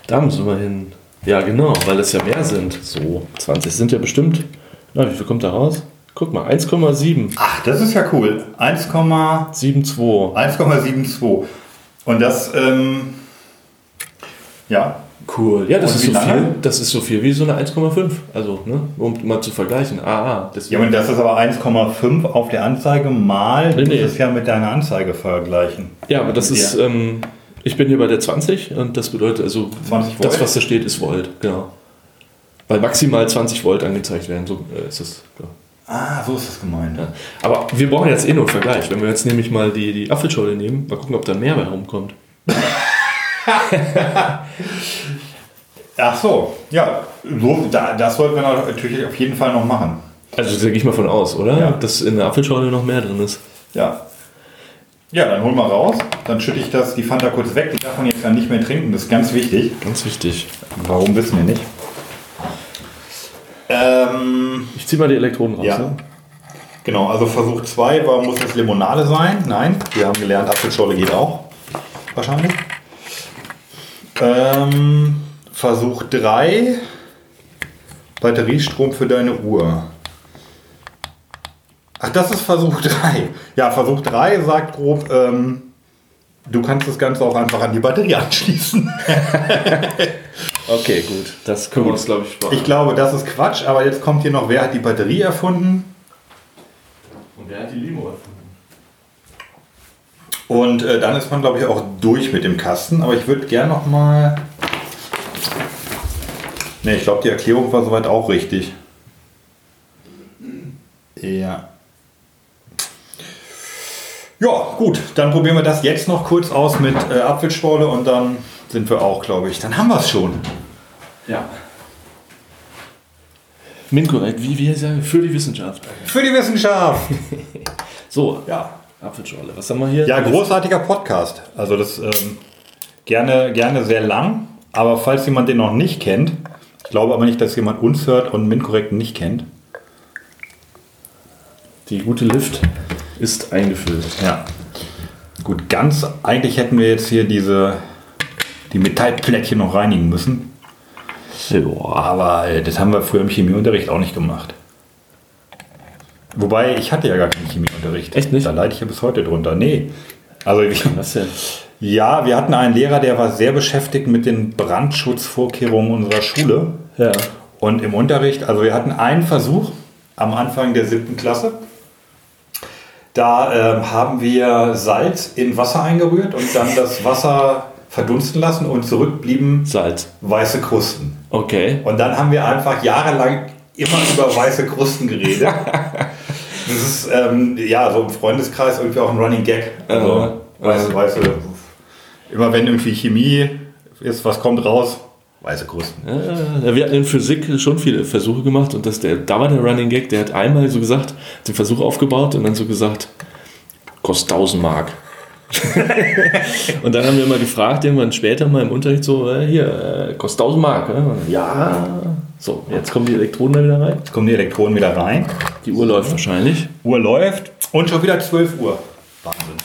[SPEAKER 4] Da müssen wir hin. Ja, genau, weil es ja mehr sind. So, 20 sind ja bestimmt. Na, wie viel kommt da raus? Guck mal, 1,7.
[SPEAKER 3] Ach, das ist ja cool. 1,1,72.
[SPEAKER 4] 7,2.
[SPEAKER 3] Und das, ähm, ja,
[SPEAKER 4] Cool. Ja, das
[SPEAKER 3] Und
[SPEAKER 4] ist
[SPEAKER 3] wie
[SPEAKER 4] so
[SPEAKER 3] lange?
[SPEAKER 4] viel. Das ist so viel wie so eine 1,5. Also, ne, um mal zu vergleichen. Ah, ah.
[SPEAKER 3] Ja,
[SPEAKER 4] Deswegen.
[SPEAKER 3] und das ist aber 1,5 auf der Anzeige mal. Du
[SPEAKER 4] Nee,
[SPEAKER 3] musst
[SPEAKER 4] nee.
[SPEAKER 3] es ja mit deiner Anzeige vergleichen.
[SPEAKER 4] Ja, aber das
[SPEAKER 3] Mit
[SPEAKER 4] ist,
[SPEAKER 3] dir.
[SPEAKER 4] ähm, ich bin hier bei der 20 und das bedeutet also,
[SPEAKER 3] 20 Volt?
[SPEAKER 4] das, was da steht, ist Volt, genau. Weil maximal 20 Volt angezeigt werden, so äh, ist das. Ja.
[SPEAKER 3] Ah, so ist das gemeint.
[SPEAKER 4] Ja. Aber wir brauchen jetzt eh nur einen Vergleich. Wenn wir jetzt nämlich mal die, die Apfelschorle nehmen, mal gucken, ob da mehr bei rumkommt.
[SPEAKER 3] Ach so, ja. So, da, das sollten wir natürlich auf jeden Fall noch machen.
[SPEAKER 4] Also da gehe ich mal von aus, oder?
[SPEAKER 3] Ja.
[SPEAKER 4] Dass in der Apfelschorle noch mehr drin ist.
[SPEAKER 3] Ja. Ja, dann hol mal raus. Dann schütte ich das, die Fanta kurz weg. Die darf man jetzt dann nicht mehr trinken. Das ist ganz wichtig.
[SPEAKER 4] Ganz wichtig.
[SPEAKER 3] Warum wissen wir nicht? Ähm,
[SPEAKER 4] Ich ziehe mal die Elektronen raus.
[SPEAKER 3] ja.
[SPEAKER 4] Ne?
[SPEAKER 3] Genau, also Versuch 2 war, muss es Limonade sein? Nein, wir haben gelernt, Apfelschorle geht auch. Wahrscheinlich. Ähm, Versuch 3, Batteriestrom für deine Uhr. Ach, das ist Versuch 3. Ja, Versuch 3 sagt grob, ähm, du kannst das Ganze auch einfach an die Batterie anschließen.
[SPEAKER 4] Okay, gut. Das können wir uns, glaube ich, sparen.
[SPEAKER 3] Ich glaube, das ist Quatsch, aber jetzt kommt hier noch, wer hat die Batterie erfunden?
[SPEAKER 4] Und wer hat die Limo?
[SPEAKER 3] Und äh, dann ist man, glaube ich, auch durch mit dem Kasten. Aber ich würde gerne noch mal... Ne, ich glaube, die Erklärung war soweit auch richtig. Ja. Ja, gut. Dann probieren wir das jetzt noch kurz aus mit äh, Apfelschorle und dann sind wir auch, glaube ich. Dann haben wir es schon.
[SPEAKER 4] Ja. Minkorrekt, wie wir sagen, für die Wissenschaft.
[SPEAKER 3] Für die
[SPEAKER 4] [LAUGHS]
[SPEAKER 3] Wissenschaft.
[SPEAKER 4] So,
[SPEAKER 3] Ja.
[SPEAKER 4] Apfelschorle. Was haben wir hier?
[SPEAKER 3] Ja, großartiger Podcast. Also das ähm, gerne, gerne sehr lang. Aber falls jemand den noch nicht kennt, ich glaube aber nicht, dass jemand uns hört und MINT-Korrekt nicht kennt.
[SPEAKER 4] Die gute Lift ist eingefüllt.
[SPEAKER 3] Ja. Gut, ganz eigentlich hätten wir jetzt hier diese die Metallplättchen noch reinigen müssen. Aber äh, das haben wir früher im Chemieunterricht auch nicht gemacht. Wobei, ich hatte ja gar keinen Chemieunterricht.
[SPEAKER 4] Echt nicht? ne?
[SPEAKER 3] Da leide ich ja bis heute drunter. Nee. Also ich,
[SPEAKER 4] Was denn?
[SPEAKER 3] Ja, wir hatten einen Lehrer, der war sehr beschäftigt mit den Brandschutzvorkehrungen unserer Schule.
[SPEAKER 4] Ja.
[SPEAKER 3] Und im Unterricht, also wir hatten einen Versuch am Anfang der siebten Klasse. Da ähm, haben wir Salz in Wasser eingerührt und dann das Wasser verdunsten lassen und zurückblieben
[SPEAKER 4] Salz.
[SPEAKER 3] weiße Krusten.
[SPEAKER 4] Okay.
[SPEAKER 3] Und dann haben wir einfach jahrelang immer über weiße Krusten geredet. Das ist ähm, ja so im Freundeskreis irgendwie auch ein Running Gag. Also,
[SPEAKER 4] Aha.
[SPEAKER 3] weiße, weiße. Immer wenn irgendwie Chemie ist, was kommt raus? Weiße Krusten.
[SPEAKER 4] Äh, wir hatten in Physik schon viele Versuche gemacht und das, der, da war der Running Gag, der hat einmal so gesagt, den Versuch aufgebaut und dann so gesagt, kostet 1000 Mark. [LAUGHS] und dann haben wir mal gefragt, irgendwann später mal im Unterricht so, äh, hier, äh, kostet 1000 Mark. Äh? Ja. So, jetzt kommen die Elektronen da wieder rein.
[SPEAKER 3] Jetzt kommen die Elektronen wieder rein.
[SPEAKER 4] Die Uhr läuft wahrscheinlich.
[SPEAKER 3] Uhr läuft und schon wieder 12 Uhr. Wahnsinn.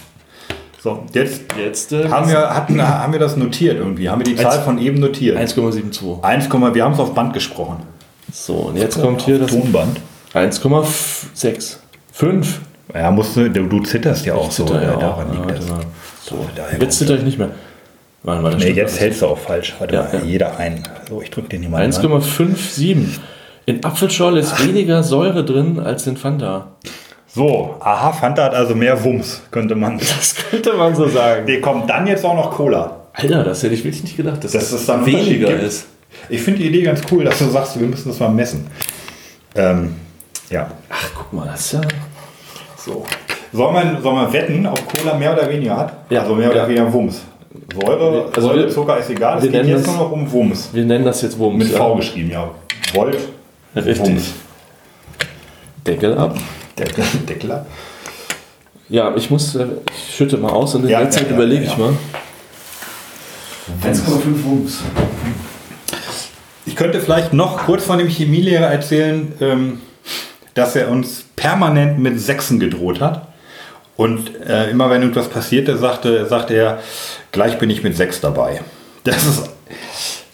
[SPEAKER 3] So, jetzt
[SPEAKER 4] Jetzt äh,
[SPEAKER 3] haben wir, hatten, haben wir das notiert irgendwie. Haben wir die Zahl von eben notiert.
[SPEAKER 4] 1,72.
[SPEAKER 3] 1, wir haben es auf Band gesprochen.
[SPEAKER 4] So, und jetzt kommt hier das
[SPEAKER 3] Tonband.
[SPEAKER 4] 1,6. 5.
[SPEAKER 3] Ja, musst du, du, du zitterst ja auch so. ja,
[SPEAKER 4] ne,
[SPEAKER 3] daran liegt das.
[SPEAKER 4] So,
[SPEAKER 3] daher
[SPEAKER 4] jetzt zitter ich nicht mehr. Warte mal, das
[SPEAKER 3] Nee,
[SPEAKER 4] stimmt
[SPEAKER 3] jetzt
[SPEAKER 4] alles.
[SPEAKER 3] hältst du auch falsch. Warte
[SPEAKER 4] Ja,
[SPEAKER 3] mal,
[SPEAKER 4] ja.
[SPEAKER 3] jeder ein. So, ich drücke den hier mal. ne? dran.
[SPEAKER 4] 1,57. In Apfelschorle ist weniger Säure drin als in Fanta.
[SPEAKER 3] So, aha, Fanta hat also mehr Wumms, könnte man.
[SPEAKER 4] Das könnte man so sagen.
[SPEAKER 3] Nee, kommt dann jetzt auch noch Cola.
[SPEAKER 4] Alter, das hätte ich wirklich nicht gedacht, dass
[SPEAKER 3] Dass
[SPEAKER 4] das
[SPEAKER 3] es dann Unterschied
[SPEAKER 4] weniger
[SPEAKER 3] gibt.
[SPEAKER 4] ist.
[SPEAKER 3] Ich finde die Idee ganz cool, dass du sagst, wir müssen das mal messen. Ähm, ja.
[SPEAKER 4] Ach, guck mal, das ist ja.
[SPEAKER 3] So. Soll man, soll man wetten, ob Cola mehr oder weniger hat?
[SPEAKER 4] Ja.
[SPEAKER 3] Also mehr oder
[SPEAKER 4] Ja.
[SPEAKER 3] weniger Wumms. Säure,
[SPEAKER 4] Also
[SPEAKER 3] Säure
[SPEAKER 4] wir-
[SPEAKER 3] Zucker ist egal. Es
[SPEAKER 4] wir
[SPEAKER 3] geht
[SPEAKER 4] nennen
[SPEAKER 3] jetzt
[SPEAKER 4] das-
[SPEAKER 3] nur noch um Wumms.
[SPEAKER 4] Wir nennen das jetzt Wumms.
[SPEAKER 3] Mit
[SPEAKER 4] ja.
[SPEAKER 3] V geschrieben, ja. Volt.
[SPEAKER 4] Richtig.
[SPEAKER 3] Wumms.
[SPEAKER 4] Deckel ab.
[SPEAKER 3] Deckel, Deckel ab.
[SPEAKER 4] Ja, ich muss, äh, ich schütte mal aus und in
[SPEAKER 3] Ja,
[SPEAKER 4] der Zeit
[SPEAKER 3] ja, ja,
[SPEAKER 4] überlege
[SPEAKER 3] ja.
[SPEAKER 4] ich mal.
[SPEAKER 5] 1,5 Wumms.
[SPEAKER 3] Ich könnte vielleicht noch kurz von dem Chemielehrer erzählen, ähm, dass er uns permanent mit Sechsen gedroht hat. Und äh, immer wenn etwas passierte, sagte, sagte er, gleich bin ich mit Sechs dabei. Das ist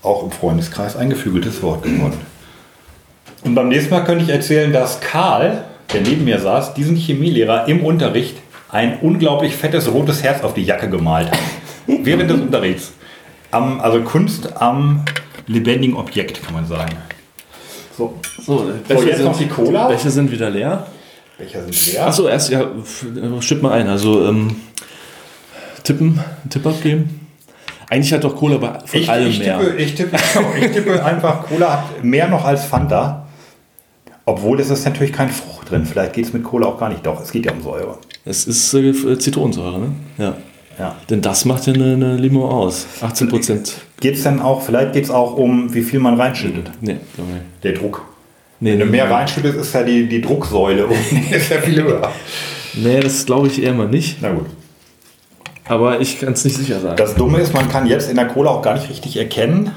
[SPEAKER 3] auch im Freundeskreis ein geflügeltes Wort geworden. Und beim nächsten Mal könnte ich erzählen, dass Karl, der neben mir saß, diesen Chemielehrer im Unterricht ein unglaublich fettes rotes Herz auf die Jacke gemalt hat. während des Unterrichts. Am, also Kunst am lebendigen Objekt, kann man sagen. So,
[SPEAKER 4] So,
[SPEAKER 3] jetzt noch die Cola?
[SPEAKER 4] Welche sind wieder leer?
[SPEAKER 3] Becher sind leer.
[SPEAKER 4] Achso, erst, ja, f- äh, schipp mal ein. Also, ähm, tippen, einen Tipp abgeben. Eigentlich hat doch Cola bei, von
[SPEAKER 3] ich,
[SPEAKER 4] allem
[SPEAKER 3] ich,
[SPEAKER 4] mehr.
[SPEAKER 3] tippe, ich, tippe, genau, ich tippe einfach, Cola hat mehr noch als Fanta. Obwohl es ist natürlich kein Frucht drin. Vielleicht geht es mit Cola auch gar nicht. Doch, es geht ja um Säure.
[SPEAKER 4] Es ist äh, f- Zitronensäure, ne? Ja.
[SPEAKER 3] Ja.
[SPEAKER 4] Denn das macht ja eine, eine Limo aus. 18 Prozent.
[SPEAKER 3] Geht es denn auch, vielleicht geht es auch um, wie viel man reinschüttet.
[SPEAKER 4] Nee, glaube ich.
[SPEAKER 3] Der Druck.
[SPEAKER 4] Nee,
[SPEAKER 3] Wenn du
[SPEAKER 4] nee,
[SPEAKER 3] mehr
[SPEAKER 4] nee.
[SPEAKER 3] reinschüttest, ist ja die, die [LAUGHS] Drucksäule. unten ist ja viel höher.
[SPEAKER 4] Nee, das glaube ich eher mal nicht.
[SPEAKER 3] Na gut.
[SPEAKER 4] Aber ich kann es nicht sicher sagen.
[SPEAKER 3] Das Dumme ist, man kann jetzt in der Cola auch gar nicht richtig erkennen,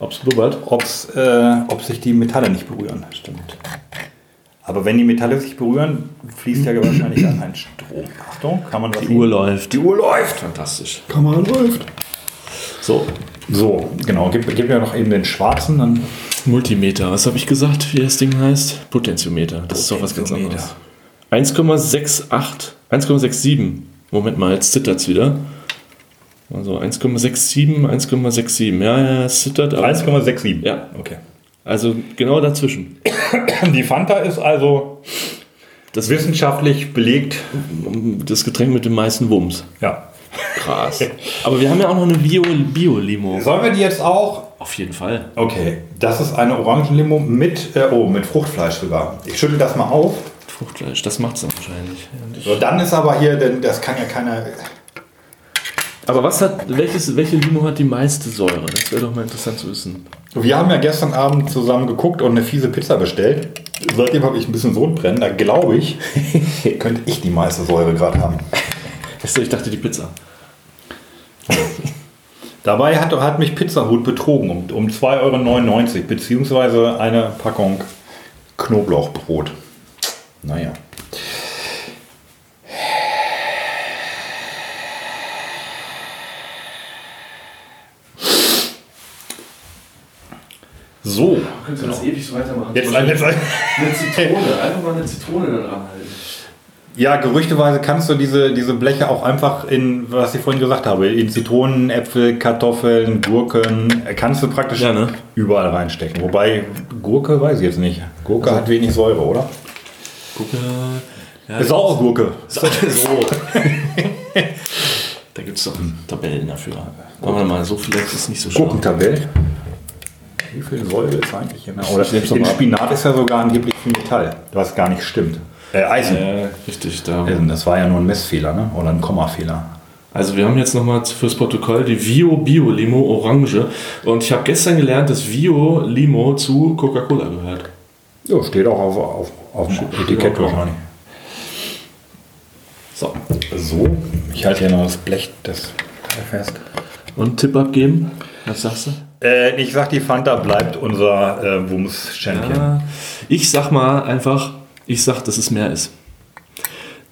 [SPEAKER 4] Ob's blubbert.
[SPEAKER 3] ob's, äh, ob sich die Metalle nicht berühren. Stimmt. Aber wenn die Metalle sich berühren, fließt ja wahrscheinlich dann ein Strom. Achtung, kann man was
[SPEAKER 4] Die Uhr läuft.
[SPEAKER 3] Die Uhr läuft.
[SPEAKER 4] Fantastisch.
[SPEAKER 3] Kamera läuft.
[SPEAKER 4] So,
[SPEAKER 3] So, genau. Gib, gib mir noch eben den schwarzen, dann
[SPEAKER 4] Multimeter. Was habe ich gesagt, wie das Ding heißt? Potentiometer. Das ist doch was ganz
[SPEAKER 3] Potentiometer.
[SPEAKER 4] anderes. 1,68. 1,67. Moment mal, jetzt zittert's wieder. Also 1,67, 1,67. Ja, ja, es zittert. Aber
[SPEAKER 3] 1,67.
[SPEAKER 4] Ja.
[SPEAKER 3] okay.
[SPEAKER 4] Also genau dazwischen.
[SPEAKER 3] Die Fanta ist also
[SPEAKER 4] Das,
[SPEAKER 3] wissenschaftlich belegt.
[SPEAKER 4] das Getränk mit den meisten Wumms.
[SPEAKER 3] Ja.
[SPEAKER 4] Krass. [LAUGHS] Aber wir haben ja auch noch eine Bio- Bio-Limo.
[SPEAKER 3] Sollen wir die jetzt auch
[SPEAKER 4] Auf jeden Fall.
[SPEAKER 3] Okay, das ist eine Orangenlimo mit, äh, oh, mit Fruchtfleisch sogar. Ich schüttel das mal auf.
[SPEAKER 4] Fruchtfleisch, das macht's dann wahrscheinlich. Und ich-
[SPEAKER 3] So, dann ist aber hier, denn das kann ja keiner.
[SPEAKER 4] Aber was hat, welches, welche Limo hat die meiste Säure? Das wäre doch mal interessant zu wissen.
[SPEAKER 3] Wir haben ja gestern Abend zusammen geguckt und eine fiese Pizza bestellt. Seitdem habe ich ein bisschen Sodbrennen. Da glaube ich, [LAUGHS] könnte ich die meiste Säure gerade haben.
[SPEAKER 4] Weißt du, Ich dachte, die Pizza.
[SPEAKER 3] Dabei hat, hat mich Pizza Hut betrogen um, um 2,99 Euro, beziehungsweise eine Packung Knoblauchbrot. Naja. So,
[SPEAKER 4] Könntest du das ewig so weitermachen?
[SPEAKER 3] jetzt, jetzt
[SPEAKER 4] eine Zitrone, einfach mal eine Zitrone dann anhalten.
[SPEAKER 3] Ja, gerüchteweise kannst du diese, diese Bleche auch einfach in, was ich vorhin gesagt habe, in Zitronen, Äpfel, Kartoffeln, Gurken, äh, kannst du praktisch
[SPEAKER 4] Ja, ne?
[SPEAKER 3] überall reinstecken. Wobei, Gurke weiß ich jetzt nicht. Gurke hat wenig Säure, oder?
[SPEAKER 4] Guck ja.
[SPEAKER 3] Saure Gurke.
[SPEAKER 4] [LAUGHS] so. da gibt es doch Tabellen dafür. Warte mal, so vielleicht ist nicht so schlimm.
[SPEAKER 3] Gurkentabelle. Wie viel Säure ist eigentlich in der Oder
[SPEAKER 4] Ich nehm's noch
[SPEAKER 3] in
[SPEAKER 4] mal ab.
[SPEAKER 3] Spinat ist ja sogar angeblich viel Metall, was gar nicht stimmt. Äh, Eisen.
[SPEAKER 4] Ja, richtig. Da.
[SPEAKER 3] Eisen, das war ja nur ein Messfehler, ne? Oder ein Kommafehler.
[SPEAKER 4] Also wir haben jetzt nochmal fürs Protokoll die Vio Bio Limo Orange. Und ich habe gestern gelernt, dass Vio Limo zu Coca-Cola gehört.
[SPEAKER 3] Ja, steht auch auf, auf, auf dem Etikett
[SPEAKER 4] drauf.
[SPEAKER 3] wahrscheinlich.
[SPEAKER 4] So.
[SPEAKER 3] So, ich halte hier noch das Blech, das Teil fest.
[SPEAKER 4] Und Tipp abgeben? Was sagst du?
[SPEAKER 3] Äh, ich sag, die Fanta bleibt unser äh,
[SPEAKER 4] Äh,
[SPEAKER 3] Wumms-Champion.
[SPEAKER 4] Ich sag mal einfach, ich sag, dass es mehr ist.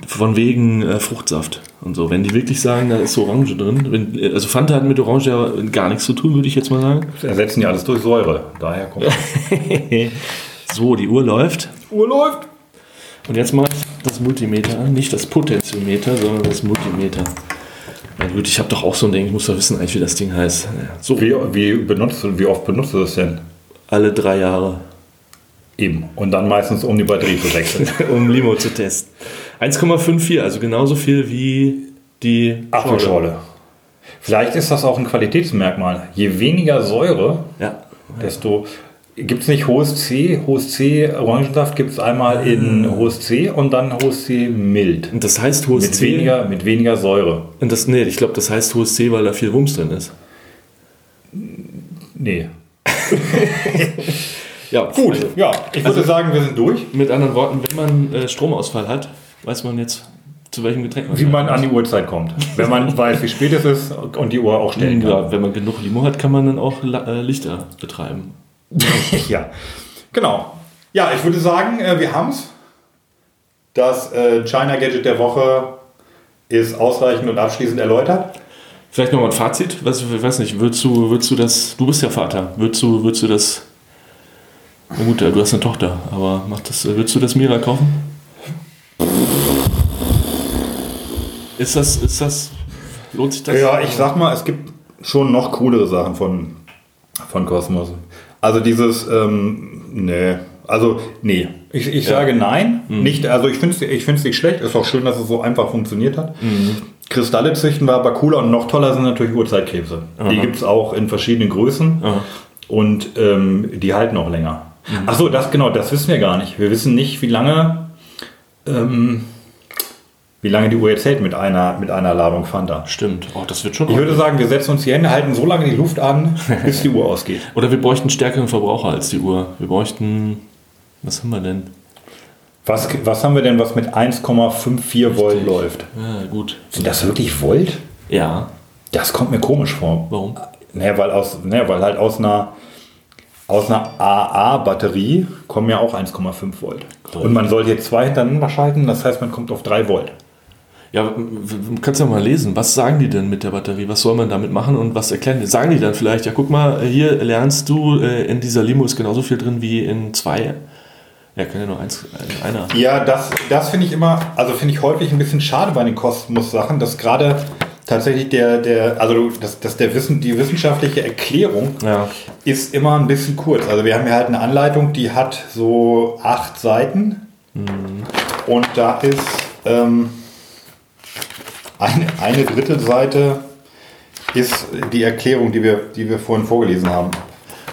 [SPEAKER 4] von wegen äh, Fruchtsaft und so. Wenn die wirklich sagen, da ist Orange drin, wenn, äh, also Fanta hat mit Orange ja gar nichts zu tun, würde ich jetzt mal sagen.
[SPEAKER 3] Ersetzen ja alles durch Säure. Daher kommt
[SPEAKER 4] so, die Uhr läuft.
[SPEAKER 3] Uhr läuft.
[SPEAKER 4] Und jetzt mache ich das Multimeter an. Nicht das Potentiometer, sondern das Multimeter. Na gut, ich habe doch auch so ein Ding, ich muss doch wissen eigentlich, wie das Ding heißt. Ja, So,
[SPEAKER 3] Wie, wie, benutzt, du- wie oft benutzt du das denn?
[SPEAKER 4] alle drei Jahre, [LAUGHS]
[SPEAKER 3] Eben. Und dann meistens, um die Batterie zu [LAUGHS] wechseln.
[SPEAKER 4] um Limo zu testen. 1,54, also genauso viel wie die Schorle.
[SPEAKER 3] Apfelschorle. Vielleicht ist das auch ein Qualitätsmerkmal. Je weniger Säure,
[SPEAKER 4] Ja.
[SPEAKER 3] desto. Gibt es nicht hohes C? Hohes C Orangensaft gibt es einmal in hohes C und dann Äh. hohes C mild.
[SPEAKER 4] Und das heißt hohes
[SPEAKER 3] Mit
[SPEAKER 4] C.
[SPEAKER 3] weniger, mit weniger Säure.
[SPEAKER 4] Und das, nee, ich glaube, das heißt hohes C, weil da viel Wumms drin ist.
[SPEAKER 3] Nee.
[SPEAKER 4] Ja,
[SPEAKER 3] Gut,
[SPEAKER 4] also,
[SPEAKER 3] ja. Ich würde sagen, wir sind durch.
[SPEAKER 4] Mit anderen Worten, wenn man äh, Stromausfall hat, weiß man jetzt, zu welchem Getränk man
[SPEAKER 3] Wie man an die Uhrzeit kommt. Wenn [LAUGHS] man weiß, wie spät es ist und die Uhr auch stellen kann.
[SPEAKER 4] ja, wenn man genug Limo hat, kann man dann auch La- äh, Lichter betreiben.
[SPEAKER 3] Ja, genau. Ja, ich würde sagen, äh, wir haben es. Das äh, China Gadget der Woche ist ausreichend und abschließend erläutert.
[SPEAKER 4] Vielleicht nochmal ein Fazit. Was, ich weiß nicht, würdest du, würdest du das. Du bist ja Vater. Würdest du, würdest du das. Na gut, äh, du hast eine Tochter, aber macht das, äh, würdest du das Mira kaufen? Ist das. Ist das. Lohnt sich das?
[SPEAKER 3] Ja, ich sag mal, es gibt schon noch coolere Sachen von, von Cosmos. Also dieses, ähm, nee, also nee. Ich, ich sage nein.
[SPEAKER 4] Mhm.
[SPEAKER 3] Nicht, also ich finde es ich find's nicht schlecht. Ist auch schön, dass es so einfach funktioniert hat.
[SPEAKER 4] Mhm.
[SPEAKER 3] Kristalle züchten war aber cooler und noch toller sind natürlich Uhrzeitkrebse. Die gibt es auch in verschiedenen Größen
[SPEAKER 4] Aha. Mhm.
[SPEAKER 3] und ähm, die halten auch länger. Ach so, das genau, das wissen wir gar nicht. Wir wissen nicht, wie lange, ähm, wie lange die Uhr jetzt hält mit einer, mit einer Ladung Fanta.
[SPEAKER 4] Stimmt. Oh, das wird schon.
[SPEAKER 3] Ich würde sagen, wir setzen uns die Hände, halten so lange die Luft an, bis die Uhr ausgeht.
[SPEAKER 4] Oder wir bräuchten stärkeren Verbraucher als die Uhr. Wir bräuchten. Was haben wir denn?
[SPEAKER 3] Was, was haben wir denn, was mit 1,54 Volt läuft?
[SPEAKER 4] Ja, Ah, gut.
[SPEAKER 3] Sind das wirklich Volt?
[SPEAKER 4] Ja.
[SPEAKER 3] Das kommt mir komisch vor.
[SPEAKER 4] Warum?
[SPEAKER 3] Naja, weil, aus, naja, weil halt aus einer, aus einer AA-Batterie kommen ja auch 1,5 Volt. Und man soll hier zwei hintereinander schalten, das heißt, man kommt auf 3 Volt.
[SPEAKER 4] Ja, w- w- kannst du ja mal lesen. Was sagen die denn mit der Batterie? Was soll man damit machen und was erklären die? Sagen die dann vielleicht, ja, guck mal, hier lernst du, äh, in dieser Limo ist genauso viel drin wie in zwei. Ja, kann ja nur eins, ein- einer.
[SPEAKER 3] Ja, das, das finde ich immer, also finde ich häufig ein bisschen schade bei den Kosmos-Sachen, dass gerade tatsächlich der, der, also dass, dass der Wissen, die wissenschaftliche Erklärung
[SPEAKER 4] Ja.
[SPEAKER 3] ist immer ein bisschen kurz. Also wir haben hier halt eine Anleitung, die hat so acht Seiten
[SPEAKER 4] Mhm.
[SPEAKER 3] und da ist ähm, eine, eine dritte Seite ist die Erklärung, die wir, die wir vorhin vorgelesen haben.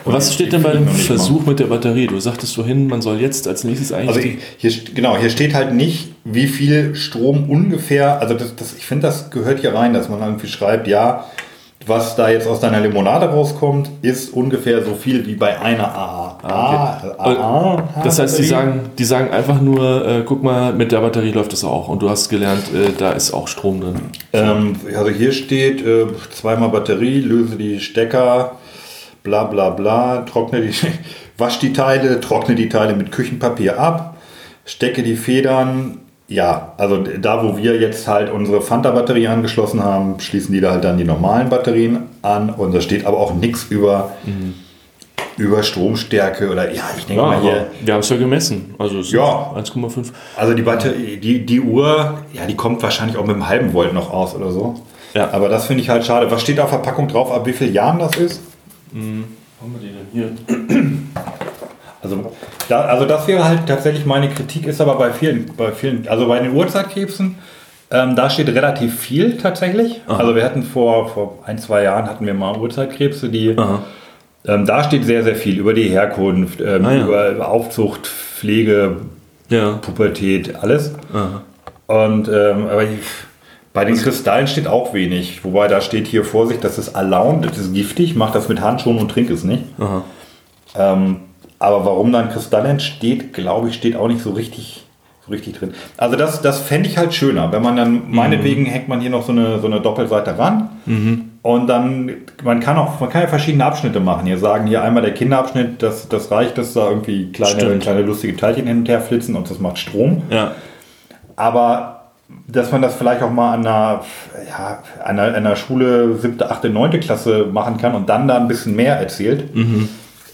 [SPEAKER 4] Und was steht denn bei
[SPEAKER 3] Die kriegen
[SPEAKER 4] dem
[SPEAKER 3] wir nicht mal.
[SPEAKER 4] Versuch mit der Batterie? Du sagtest vorhin, man soll jetzt als nächstes eigentlich.
[SPEAKER 3] Also ich, hier, st- genau, hier steht halt nicht, wie viel Strom ungefähr, also das, das, ich finde, das gehört hier rein, dass man irgendwie schreibt, ja, was da jetzt aus deiner Limonade rauskommt, ist ungefähr so viel wie bei einer AA. AA.
[SPEAKER 4] Ah, das heißt, die sagen, die sagen einfach nur, äh, guck mal, mit der Batterie läuft das auch. Und du hast gelernt, äh, da ist auch Strom drin.
[SPEAKER 3] Ähm, also hier steht, äh, zweimal Batterie, löse die Stecker, bla bla bla, trockne die, [LAUGHS] wasch die Teile, trockne die Teile mit Küchenpapier ab, stecke die Federn. Ja, also da, wo wir jetzt halt unsere Fanta-Batterie angeschlossen haben, schließen die da halt dann die normalen Batterien an und da steht aber auch nichts über, über Stromstärke oder ja, ich denke
[SPEAKER 4] Mhm. Ja,
[SPEAKER 3] mal hier.
[SPEAKER 4] aber wir haben es ja gemessen. Also es
[SPEAKER 3] Ja.
[SPEAKER 4] sind 1,5.
[SPEAKER 3] Also die Batterie, die, die Uhr, ja, die kommt wahrscheinlich auch mit einem halben Volt noch aus oder so.
[SPEAKER 4] Ja.
[SPEAKER 3] Aber das finde ich halt schade. Was steht auf Verpackung drauf, ab wie vielen Jahren das ist?
[SPEAKER 4] Haben wir die denn hier?
[SPEAKER 3] Also, da, also das wäre halt tatsächlich meine Kritik, ist aber bei vielen, bei vielen, also bei den Uhrzeitkrebsen, ähm, da steht relativ viel tatsächlich. Also wir hatten vor, vor ein, zwei Jahren hatten wir mal Uhrzeitkrebse, die ähm, da steht sehr, sehr viel über die Herkunft, ähm,
[SPEAKER 4] Ah, ja.
[SPEAKER 3] über Aufzucht, Pflege,
[SPEAKER 4] Ja.
[SPEAKER 3] Pubertät, alles.
[SPEAKER 4] Aha.
[SPEAKER 3] Und ähm, aber ich, bei den Kristallen steht auch wenig. Wobei da steht hier Vorsicht, das ist allowed, das ist giftig, mach das mit Handschuhen und trink es nicht.
[SPEAKER 4] Aha.
[SPEAKER 3] Ähm, aber warum dann Kristall entsteht, glaube ich, steht auch nicht so richtig, so richtig drin. Also das, das fände ich halt schöner, wenn man dann, meinetwegen hängt man hier noch so eine, so eine Doppelseite ran. Und dann, man kann auch, man kann ja verschiedene Abschnitte machen. Hier sagen hier einmal der Kinderabschnitt, das, das reicht, dass da irgendwie kleine,
[SPEAKER 4] Stimmt.
[SPEAKER 3] kleine lustige Teilchen hin und her flitzen und das macht Strom.
[SPEAKER 4] Ja.
[SPEAKER 3] Aber dass man das vielleicht auch mal an einer, ja, an einer, einer Schule 7., 8., 9. Klasse machen kann und dann da ein bisschen mehr erzählt.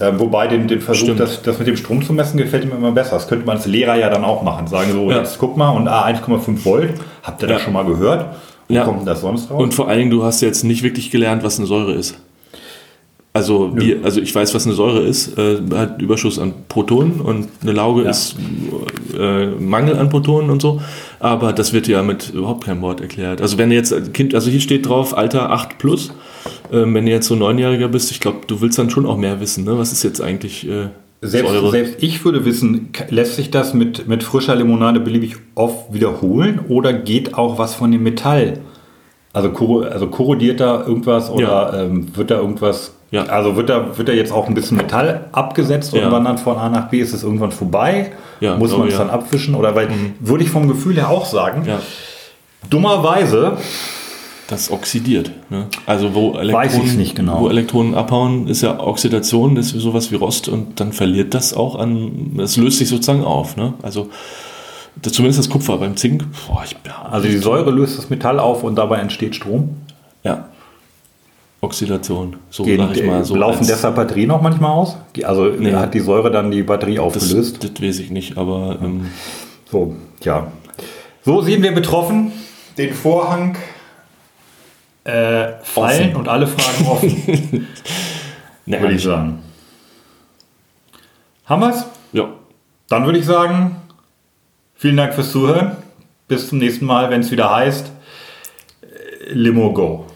[SPEAKER 3] Ähm, wobei den, den Versuch,
[SPEAKER 4] Mhm. Stimmt.
[SPEAKER 3] das, das mit dem Strom zu messen, gefällt mir immer besser. Das könnte man als Lehrer ja dann auch machen. Sagen so,
[SPEAKER 4] Ja.
[SPEAKER 3] jetzt guck mal und ah, 1,5 Volt, habt ihr das
[SPEAKER 4] Ja.
[SPEAKER 3] schon mal gehört? Wo
[SPEAKER 4] Ja.
[SPEAKER 3] kommt denn das sonst raus?
[SPEAKER 4] Und vor allen Dingen, du hast jetzt nicht wirklich gelernt, was eine Säure ist. Also, wie, also ich weiß, was eine Säure ist. Äh, hat Überschuss an Protonen und eine Lauge ist äh, Mangel an Protonen und so. Aber das wird ja mit überhaupt keinem Wort erklärt. Also wenn du jetzt ein Kind, also hier steht drauf Alter 8 plus. Ähm, wenn du jetzt so neunjähriger bist, ich glaube, du willst dann schon auch mehr wissen. Ne? Was ist jetzt eigentlich äh,
[SPEAKER 3] Selbst,
[SPEAKER 4] Säure?
[SPEAKER 3] selbst ich würde wissen, k- lässt sich das mit, mit frischer Limonade beliebig oft wiederholen oder geht auch was von dem Metall? Also, korro- also korrodiert da irgendwas oder ähm, wird da irgendwas,
[SPEAKER 4] Ja.
[SPEAKER 3] also wird da, wird da jetzt auch ein bisschen Metall abgesetzt
[SPEAKER 4] Ja.
[SPEAKER 3] und wandert von A nach B, ist es irgendwann vorbei?
[SPEAKER 4] Ja,
[SPEAKER 3] Muss man
[SPEAKER 4] glaube,
[SPEAKER 3] es
[SPEAKER 4] ja. Mhm.
[SPEAKER 3] dann abwischen? Oder weil, würde ich vom Gefühl her auch sagen,
[SPEAKER 4] Ja,
[SPEAKER 3] dummerweise
[SPEAKER 4] das oxidiert. Ne? Also wo Elektronen,
[SPEAKER 3] ich's nicht genau.
[SPEAKER 4] wo Elektronen abhauen, ist ja Oxidation, das ist sowas wie Rost und dann verliert das auch an, es löst sich sozusagen auf. Ne? Also das, zumindest das Kupfer beim Zink. Boah, ich,
[SPEAKER 3] Also die Säure löst das Metall auf und dabei entsteht Strom.
[SPEAKER 4] ja. Oxidation, so
[SPEAKER 3] Den,
[SPEAKER 4] sag ich mal. So
[SPEAKER 3] laufen
[SPEAKER 4] als-
[SPEAKER 3] deshalb Batterien auch manchmal aus? Die- Also
[SPEAKER 4] Nee.
[SPEAKER 3] hat die Säure dann die Batterie
[SPEAKER 4] das,
[SPEAKER 3] aufgelöst?
[SPEAKER 4] das weiß ich nicht, aber ähm,
[SPEAKER 3] So, ja. So sehen wir betroffen den Vorhang äh, fallen
[SPEAKER 4] Offen.
[SPEAKER 3] und alle Fragen offen, [LAUGHS]
[SPEAKER 4] ne,
[SPEAKER 3] würde ich sagen. Haben wir's?
[SPEAKER 4] ja.
[SPEAKER 3] Dann würde ich sagen, vielen Dank fürs Zuhören. Bis zum nächsten Mal, wenn es wieder heißt äh, Limo Go.